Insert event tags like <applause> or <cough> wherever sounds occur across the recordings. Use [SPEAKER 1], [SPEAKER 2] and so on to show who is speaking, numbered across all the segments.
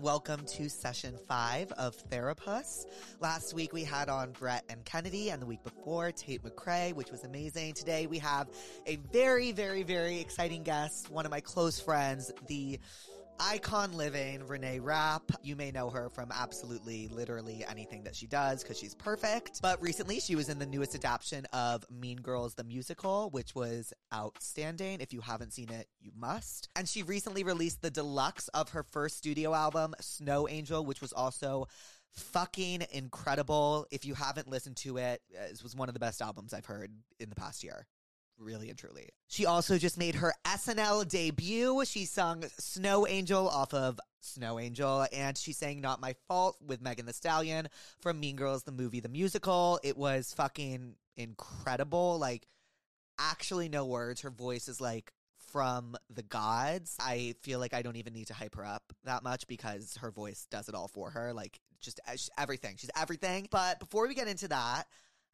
[SPEAKER 1] welcome to session five of Therapus. Last week we had on Brett and Kennedy, and the week before Tate McRae, which was amazing. Today we have a very, very, very exciting guest, one of my close friends, the icon living Renee Rapp. You may know her from absolutely literally anything that she does because she's perfect. But recently she was in the newest adaptation of Mean Girls the Musical, which was outstanding. If you haven't seen it, you must. And she recently released the deluxe of her first studio album, Snow Angel, which was also fucking incredible. If you haven't listened to it, it was one of the best albums I've heard in the past year really and truly. She also just made her SNL debut. She sung Snow Angel off of Snow Angel, and she sang Not My Fault with Megan the Stallion from Mean Girls, the movie, the musical. It was fucking incredible. Like, actually, no words. Her voice is like from the gods. I feel like I don't even need to hype her up that much because her voice does it all for her. Like, just uh, everything. She's everything. But before we get into that,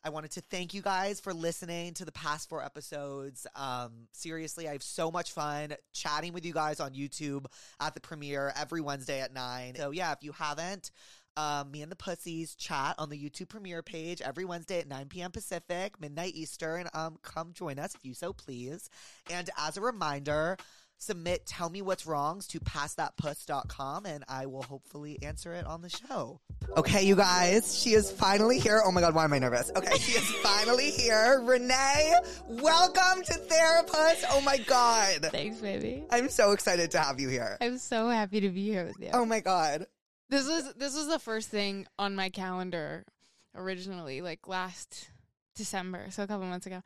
[SPEAKER 1] I wanted to thank you guys for listening to the past four episodes. Um, seriously, I have so much fun chatting with you guys on YouTube at the premiere every Wednesday at nine. So yeah, if you haven't, um, me and the pussies chat on the YouTube premiere page every Wednesday at 9 p.m. Pacific, midnight Eastern. Um, come join us if you so please. And as a reminder, submit tell me what's wrongs to passthatpuss.com and I will hopefully answer it on the show. Okay, you guys, she is finally here. Oh my god, why am I nervous? Okay, she is finally here. Renee, welcome to Therapist. Oh my god.
[SPEAKER 2] Thanks, baby.
[SPEAKER 1] I'm so excited to have you here.
[SPEAKER 2] I'm so happy to be here with you.
[SPEAKER 1] Oh my god.
[SPEAKER 2] This was this was the first thing on my calendar originally, like last December, so a couple months ago.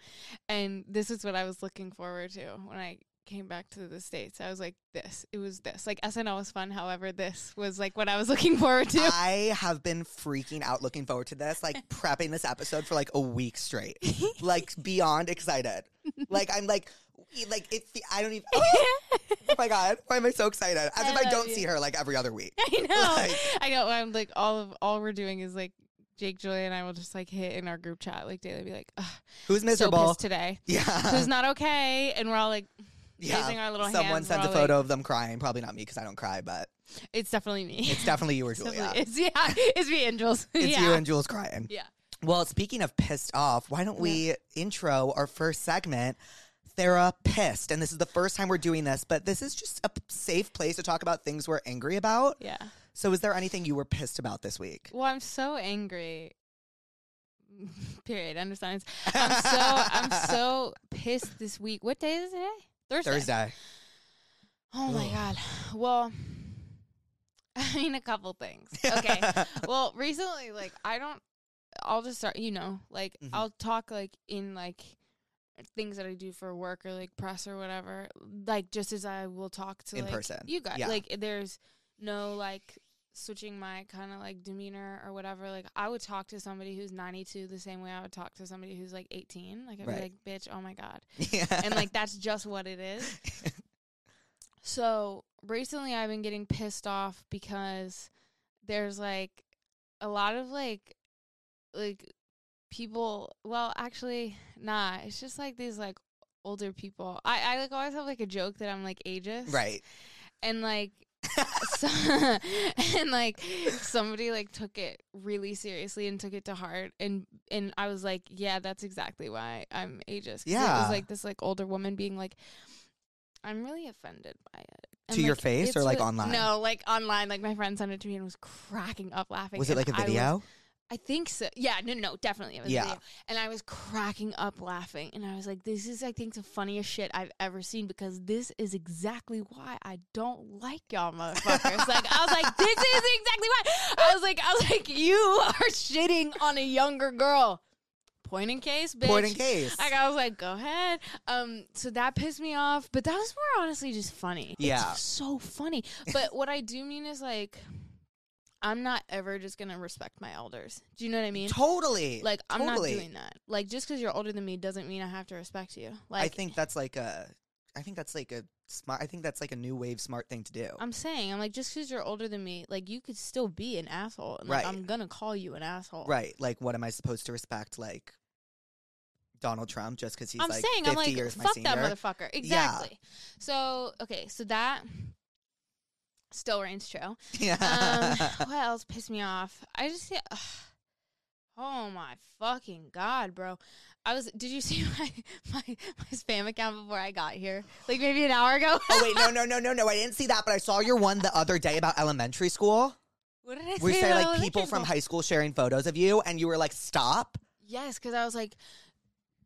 [SPEAKER 2] And this is what I was looking forward to when I came back to the States. I was like, this. It was this. Like SNL was fun, however, this was like what I was <laughs> looking forward to.
[SPEAKER 1] I have been freaking out looking forward to this,
[SPEAKER 2] <laughs>
[SPEAKER 1] like prepping this episode for like a week straight. Like beyond excited. Like I'm like e, like it I
[SPEAKER 2] <laughs>
[SPEAKER 1] don't even oh, my god, why am I so excited? As
[SPEAKER 2] I
[SPEAKER 1] if I
[SPEAKER 2] love
[SPEAKER 1] don't
[SPEAKER 2] you.
[SPEAKER 1] see her like every other
[SPEAKER 2] <laughs>
[SPEAKER 1] week.
[SPEAKER 2] I know.
[SPEAKER 1] Like-
[SPEAKER 2] I know. I'm like all of all we're doing is like Jake, Julia, and I will just like hit in our group chat like daily, be like, Ugh,
[SPEAKER 1] Who's
[SPEAKER 2] so
[SPEAKER 1] miserable?
[SPEAKER 2] pissed today.
[SPEAKER 1] <laughs> yeah.
[SPEAKER 2] Who's not okay? And we're all like,
[SPEAKER 1] yeah.
[SPEAKER 2] raising our little
[SPEAKER 1] Someone
[SPEAKER 2] hands,
[SPEAKER 1] sends a
[SPEAKER 2] we're all
[SPEAKER 1] photo of them crying. Probably not me because I don't cry, but
[SPEAKER 2] it's definitely me.
[SPEAKER 1] it's definitely you or Julia.
[SPEAKER 2] Definitely- <laughs> It's yeah, <laughs> it's me and Jules.
[SPEAKER 1] It's
[SPEAKER 2] yeah.
[SPEAKER 1] you and Jules crying.
[SPEAKER 2] yeah.
[SPEAKER 1] Well, speaking of pissed off, why don't we intro our first segment, Therapist? And this is the first time we're doing this, but this is just a p- safe place to talk about things we're angry about.
[SPEAKER 2] Yeah.
[SPEAKER 1] So, is there anything you were pissed about this week?
[SPEAKER 2] Well, I'm so angry. <laughs> Period. Understands. I'm so
[SPEAKER 1] <laughs>
[SPEAKER 2] I'm so pissed this week. What day is it today? Thursday.
[SPEAKER 1] Thursday.
[SPEAKER 2] Oh my
[SPEAKER 1] Ugh.
[SPEAKER 2] god. Well, <laughs> I mean a couple
[SPEAKER 1] <laughs>
[SPEAKER 2] things. Okay. <laughs> well, recently, like I don't. I'll just start. You know, like
[SPEAKER 1] Mhm.
[SPEAKER 2] I'll talk like in like things that I do for work or like press or whatever. Like just as I will talk to
[SPEAKER 1] In
[SPEAKER 2] like,
[SPEAKER 1] person.
[SPEAKER 2] You guys.
[SPEAKER 1] Yeah.
[SPEAKER 2] Like there's no like switching my kind of like demeanor or whatever. Like I would talk to somebody who's 92 the same way I would talk to somebody who's like 18. Like I'd
[SPEAKER 1] Right.
[SPEAKER 2] be like, bitch, oh my god
[SPEAKER 1] yeah.
[SPEAKER 2] and like that's just what it is. So recently, I've been getting pissed off because there's like a lot of like like people. Well, actually, nah. It's just like these like older people. I I like always have like a joke that I'm like ageist,
[SPEAKER 1] right.
[SPEAKER 2] And like.
[SPEAKER 1] <laughs>
[SPEAKER 2] so, <laughs> and like somebody like took it really seriously and took it to heart and and I was like yeah that's exactly why I'm ageist 'Cause it
[SPEAKER 1] Yeah.
[SPEAKER 2] was like this like older woman being like I'm really offended by it
[SPEAKER 1] To your face
[SPEAKER 2] it's
[SPEAKER 1] or, like,
[SPEAKER 2] really-
[SPEAKER 1] online?
[SPEAKER 2] no like online like my friend sent it to me and was cracking up laughing
[SPEAKER 1] Was it
[SPEAKER 2] and
[SPEAKER 1] like a
[SPEAKER 2] I
[SPEAKER 1] video?
[SPEAKER 2] I think so. Yeah, no, no, definitely. It was
[SPEAKER 1] Yeah.
[SPEAKER 2] yeah. And I was cracking up laughing. And I was like, this is, I think, the funniest shit I've ever seen because this is exactly why I don't like
[SPEAKER 1] <laughs>
[SPEAKER 2] y'all motherfuckers. like, I was like, this is exactly why. I was like, I was like, you are shitting on a younger girl. Point in case, bitch.
[SPEAKER 1] Point in case.
[SPEAKER 2] Like, I was like, go ahead. Um, so that pissed me off, but that was more honestly just funny. It's
[SPEAKER 1] Yeah.
[SPEAKER 2] so funny. But what I do mean is like, I'm not ever just gonna respect my elders. Do you know what I mean?
[SPEAKER 1] totally.
[SPEAKER 2] Like, I'm
[SPEAKER 1] totally.
[SPEAKER 2] not doing that. Like, just because you're older than me doesn't mean I have to respect you. Like,
[SPEAKER 1] I think that's like a. I think that's like a smart. I think that's like a new wave smart thing to do.
[SPEAKER 2] I'm saying, I'm like, just because you're older than me, like, you could still be an asshole. And, like,
[SPEAKER 1] Right.
[SPEAKER 2] I'm gonna call you an asshole.
[SPEAKER 1] Right. Like, what am I supposed to respect? Like, Donald Trump just because he's
[SPEAKER 2] I'm
[SPEAKER 1] like
[SPEAKER 2] saying,
[SPEAKER 1] 50
[SPEAKER 2] I'm like,
[SPEAKER 1] years my
[SPEAKER 2] fuck
[SPEAKER 1] senior.
[SPEAKER 2] that motherfucker. Exactly. So, okay, so that Still reigns true.
[SPEAKER 1] <laughs>
[SPEAKER 2] Um,
[SPEAKER 1] Yeah.
[SPEAKER 2] what else pissed me off? I just see. <sighs> ugh. Oh my fucking god, bro! I was. Did you <laughs> see my my, my spam account before I got here? Like maybe an hour ago. <laughs>
[SPEAKER 1] oh wait, no, no, no, no, no. I didn't see that, but I saw your one the other day about elementary
[SPEAKER 2] <laughs>
[SPEAKER 1] school.
[SPEAKER 2] what did I
[SPEAKER 1] We
[SPEAKER 2] say
[SPEAKER 1] say
[SPEAKER 2] about
[SPEAKER 1] like people from
[SPEAKER 2] elementary school?
[SPEAKER 1] high school sharing photos of you, and you were like, "Stop."
[SPEAKER 2] Yes, because I was like,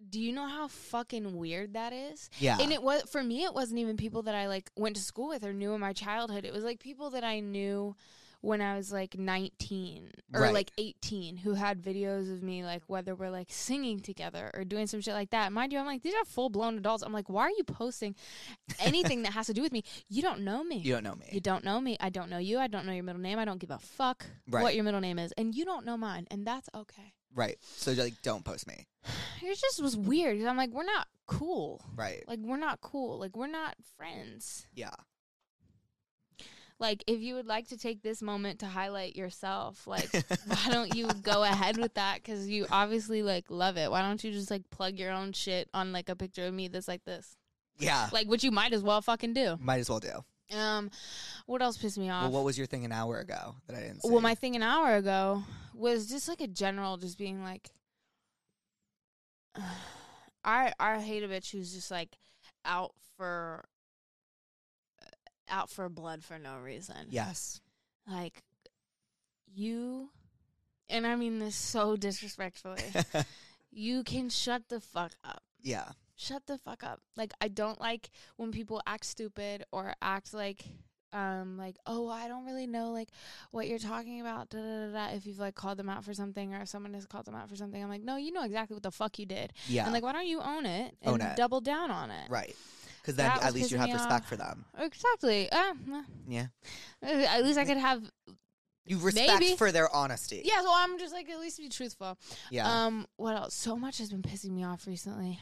[SPEAKER 2] do you know how fucking weird that is?
[SPEAKER 1] Yeah.
[SPEAKER 2] And it was for me. It wasn't even people that I like went to school with or knew in my childhood. It was like people that I knew when I was like nineteen or
[SPEAKER 1] Right.
[SPEAKER 2] like eighteen who had videos of me, like whether we're like singing together or doing some shit like that. Mind you, I'm like these are full blown adults. I'm like, why are you posting anything that has to do with me? You don't know me.
[SPEAKER 1] you don't know me.
[SPEAKER 2] You don't know me. I don't know you. I don't know your middle name. I don't give a fuck
[SPEAKER 1] Right.
[SPEAKER 2] what your middle name is, and you don't know mine, and that's okay.
[SPEAKER 1] right. So like, don't post me.
[SPEAKER 2] It just was weird. 'cause I'm like, we're not cool.
[SPEAKER 1] Right. <laughs>
[SPEAKER 2] Like we're not cool. Like we're not friends.
[SPEAKER 1] Yeah.
[SPEAKER 2] Like if you would like to take this moment to highlight
[SPEAKER 1] <laughs>
[SPEAKER 2] yourself, like why don't you go ahead with that? Because you obviously like love it. Why don't you just like plug your own shit on like a picture of me that's like this,
[SPEAKER 1] Yeah.
[SPEAKER 2] like what you might as well fucking <laughs> do.
[SPEAKER 1] Might as well do.
[SPEAKER 2] Um, what else pissed me off?
[SPEAKER 1] Well, what was your thing an hour ago that I didn't see?
[SPEAKER 2] Well, my thing an hour ago was just like a general, just being like, <sighs> I I hate a bitch who's just like out for uh, out for blood for no reason.
[SPEAKER 1] yes. <laughs>
[SPEAKER 2] like you, and I mean this so disrespectfully. you can shut the fuck up.
[SPEAKER 1] yeah.
[SPEAKER 2] Shut the fuck up. Like I don't like when people act stupid or act like um like oh I don't really know like what you're talking about da, da, da, da, if you've like called them out for something or if someone has called them out for something I'm like no you know exactly what the fuck you did
[SPEAKER 1] Yeah.
[SPEAKER 2] and like why don't you own it and
[SPEAKER 1] Own it.
[SPEAKER 2] double down on it
[SPEAKER 1] right. Because then
[SPEAKER 2] that
[SPEAKER 1] at
[SPEAKER 2] was
[SPEAKER 1] least you
[SPEAKER 2] pissing
[SPEAKER 1] have
[SPEAKER 2] me uh off.
[SPEAKER 1] respect for them.
[SPEAKER 2] exactly uh, well,
[SPEAKER 1] Yeah.
[SPEAKER 2] uh, at least I could have
[SPEAKER 1] You respect
[SPEAKER 2] Maybe.
[SPEAKER 1] for their honesty.
[SPEAKER 2] yeah so I'm just like at least be truthful
[SPEAKER 1] Yeah.
[SPEAKER 2] um what else so much has been pissing me off recently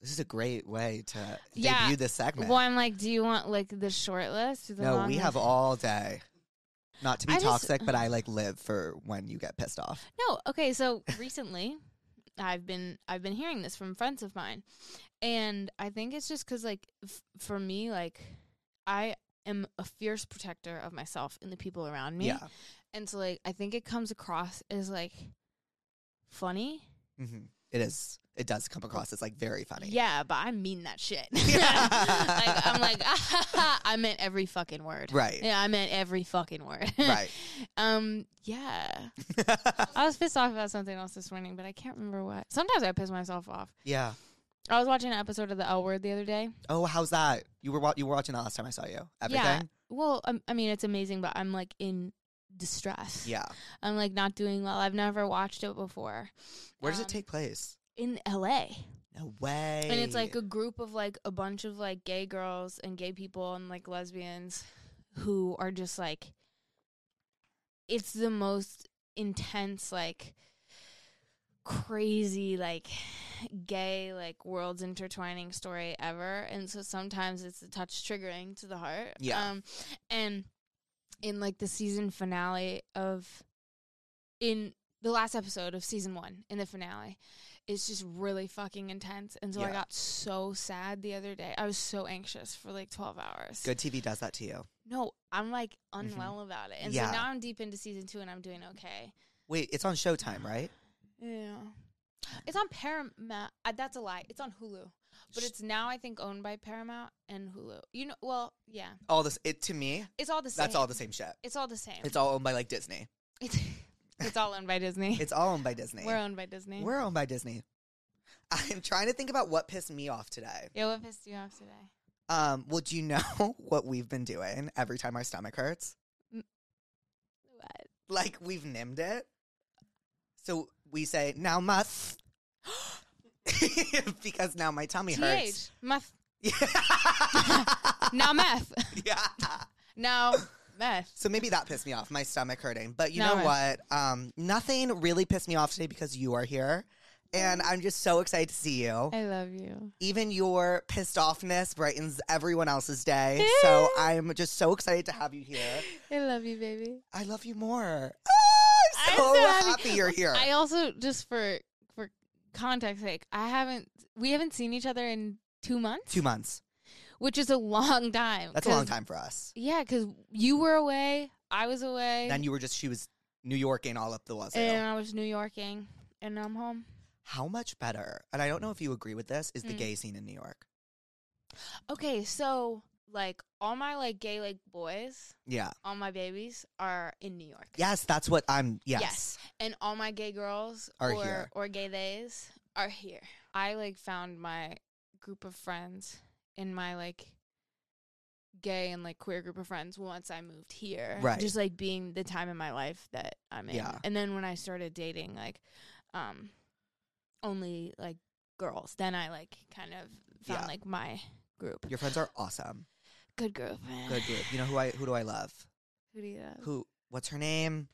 [SPEAKER 1] this is a great way to
[SPEAKER 2] Yeah.
[SPEAKER 1] debut this segment.
[SPEAKER 2] well I'm like do you want like the short list or the
[SPEAKER 1] no,
[SPEAKER 2] long
[SPEAKER 1] we
[SPEAKER 2] list?
[SPEAKER 1] have all day. Not to be
[SPEAKER 2] I just-
[SPEAKER 1] toxic, but I like live for when you get pissed off.
[SPEAKER 2] No, okay, so recently I've been I've been hearing this from friends of mine. And I think it's just cuz like f- for me like I am a fierce protector of myself and the people around me.
[SPEAKER 1] Yeah.
[SPEAKER 2] And so like I think it comes across as like funny.
[SPEAKER 1] hmm It is. It does come across as like very funny.
[SPEAKER 2] Yeah, but I mean that shit.
[SPEAKER 1] <laughs> Yeah.
[SPEAKER 2] <laughs> like I'm like <laughs> I meant every fucking word.
[SPEAKER 1] Right.
[SPEAKER 2] Yeah, <laughs> I meant every fucking word. <laughs>
[SPEAKER 1] Right. <laughs>
[SPEAKER 2] um yeah. I was pissed off about something else this morning, but I can't remember what. Sometimes I piss myself off.
[SPEAKER 1] yeah.
[SPEAKER 2] I was watching an episode of The L Word the other day.
[SPEAKER 1] Oh, how's that? You were wa- you were watching that last time I saw you. Everything.
[SPEAKER 2] Yeah. Well, um, I mean, it's amazing, but I'm like in distress.
[SPEAKER 1] Yeah.
[SPEAKER 2] I'm like not doing well. I've never watched it before.
[SPEAKER 1] Where does
[SPEAKER 2] Um,
[SPEAKER 1] it take place?
[SPEAKER 2] In LA.
[SPEAKER 1] No way.
[SPEAKER 2] And it's like a group of like a bunch of like gay girls and gay people and like lesbians who are just like, it's the most intense, like, crazy, like, gay, like, worlds intertwining story ever. And so sometimes it's a touch triggering to the heart.
[SPEAKER 1] Yeah.
[SPEAKER 2] Um, and in like the season finale of, in the last episode of season one, in the finale, it's just really fucking intense. And so I
[SPEAKER 1] Yeah.
[SPEAKER 2] got so sad the other day. I was so anxious for like 12 hours.
[SPEAKER 1] good TV does that to you.
[SPEAKER 2] No, I'm like unwell about it. And
[SPEAKER 1] Yeah.
[SPEAKER 2] so now I'm deep into season two and I'm doing okay.
[SPEAKER 1] Wait, it's on Showtime, right?
[SPEAKER 2] Yeah. It's on Paramount. Uh, that's a lie. It's on Hulu. But
[SPEAKER 1] Sh-
[SPEAKER 2] it's now, I think, owned by Paramount and Hulu. You know, well, yeah.
[SPEAKER 1] All this it to me,
[SPEAKER 2] It's all the same.
[SPEAKER 1] that's all the same shit.
[SPEAKER 2] It's all the same.
[SPEAKER 1] It's all owned by like Disney.
[SPEAKER 2] It's, <laughs> it's all owned by Disney.
[SPEAKER 1] It's all owned by Disney.
[SPEAKER 2] <laughs> We're owned by Disney.
[SPEAKER 1] We're owned by Disney. I'm trying to think about what pissed me off today.
[SPEAKER 2] yeah, what pissed you off today?
[SPEAKER 1] Um, well, do you know <laughs> what we've been doing every time our stomach hurts?
[SPEAKER 2] What?
[SPEAKER 1] Like we've named it. So we say now must <laughs> because now my tummy hurts. <laughs>
[SPEAKER 2] TH. Meth.
[SPEAKER 1] Yeah.
[SPEAKER 2] Now meth. <laughs>
[SPEAKER 1] yeah. <laughs>
[SPEAKER 2] now meth.
[SPEAKER 1] So maybe that pissed me off, my stomach hurting. But you
[SPEAKER 2] No
[SPEAKER 1] know
[SPEAKER 2] way.
[SPEAKER 1] what? Um, nothing really pissed me off today because you are here. And I'm just so excited to see you.
[SPEAKER 2] I love you.
[SPEAKER 1] Even your pissed offness brightens everyone else's day. so I'm just so excited to have you here.
[SPEAKER 2] I love you, baby.
[SPEAKER 1] I love you more. Ah, I'm
[SPEAKER 2] I'm
[SPEAKER 1] so
[SPEAKER 2] so happy.
[SPEAKER 1] happy you're here.
[SPEAKER 2] I also just for for context sake, I haven't we haven't seen each other in two months.
[SPEAKER 1] Two months.
[SPEAKER 2] which is a long time.
[SPEAKER 1] That's a long
[SPEAKER 2] 'cause-
[SPEAKER 1] time for us.
[SPEAKER 2] Yeah, because you were away, I was away,
[SPEAKER 1] Then you were just she was New Yorking all up the wazoo.
[SPEAKER 2] and I was New Yorking, and now I'm home.
[SPEAKER 1] How much better? And I don't know if you agree with this. Is the
[SPEAKER 2] Mm.
[SPEAKER 1] gay scene in New York?
[SPEAKER 2] Okay, so like all my like gay like boys,
[SPEAKER 1] Yeah.
[SPEAKER 2] all my babies are in New York.
[SPEAKER 1] Yes, that's what I'm. Yes.
[SPEAKER 2] Yes. and all my gay girls
[SPEAKER 1] Are
[SPEAKER 2] or
[SPEAKER 1] here.
[SPEAKER 2] or gay theys are here. I like found my group of friends in my like gay and like queer group of friends once I moved here.
[SPEAKER 1] Right.
[SPEAKER 2] Just like being the time in my life that I'm in.
[SPEAKER 1] Yeah.
[SPEAKER 2] And then when I started dating like um only like girls, then I like kind of found
[SPEAKER 1] Yeah.
[SPEAKER 2] like my group.
[SPEAKER 1] Your friends are awesome.
[SPEAKER 2] Good group.
[SPEAKER 1] Good group. You know who I who do I love?
[SPEAKER 2] <sighs> Who do you love?
[SPEAKER 1] Who? What's her name?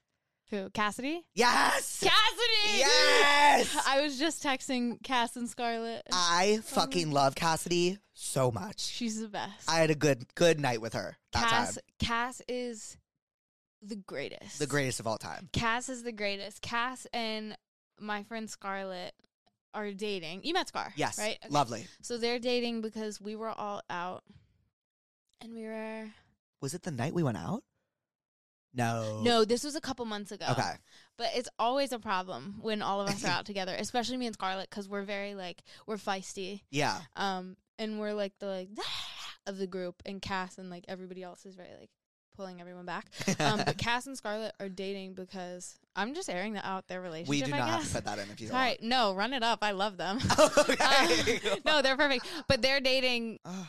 [SPEAKER 2] Who? Cassidy?
[SPEAKER 1] <laughs> Yes.
[SPEAKER 2] Cassidy!
[SPEAKER 1] Yes. I,
[SPEAKER 2] I was just texting Cass and Scarlett.
[SPEAKER 1] fucking love Cassidy so much.
[SPEAKER 2] She's the best.
[SPEAKER 1] I had a good good night with her that
[SPEAKER 2] Cass
[SPEAKER 1] time.
[SPEAKER 2] Cass is the greatest.
[SPEAKER 1] The greatest of all time.
[SPEAKER 2] Cass is the greatest. Cass and my friend Scarlett are dating. You met Scar.
[SPEAKER 1] Yes.
[SPEAKER 2] Right? Okay.
[SPEAKER 1] Lovely.
[SPEAKER 2] So they're dating because we were all out and we were
[SPEAKER 1] Was it the night we went out? No.
[SPEAKER 2] No, this was a couple months ago.
[SPEAKER 1] Oh. Okay.
[SPEAKER 2] But it's always a problem when all of us are out together, especially me and Scarlett, because we're very like we're feisty.
[SPEAKER 1] Yeah.
[SPEAKER 2] Um, and we're like the like <laughs> of the group, and Cass and like everybody else is very like pulling everyone back.
[SPEAKER 1] <laughs>
[SPEAKER 2] Um, but Cass and Scarlett are dating because I'm just airing that out their relationship.
[SPEAKER 1] we do
[SPEAKER 2] I
[SPEAKER 1] not have
[SPEAKER 2] guess.
[SPEAKER 1] to put that in if you
[SPEAKER 2] It's
[SPEAKER 1] don't.
[SPEAKER 2] all right. No, run it up. I
[SPEAKER 1] <laughs>
[SPEAKER 2] love them. <laughs>
[SPEAKER 1] want. okay.
[SPEAKER 2] Um, <laughs> no, they're perfect. But they're dating.
[SPEAKER 1] Ugh,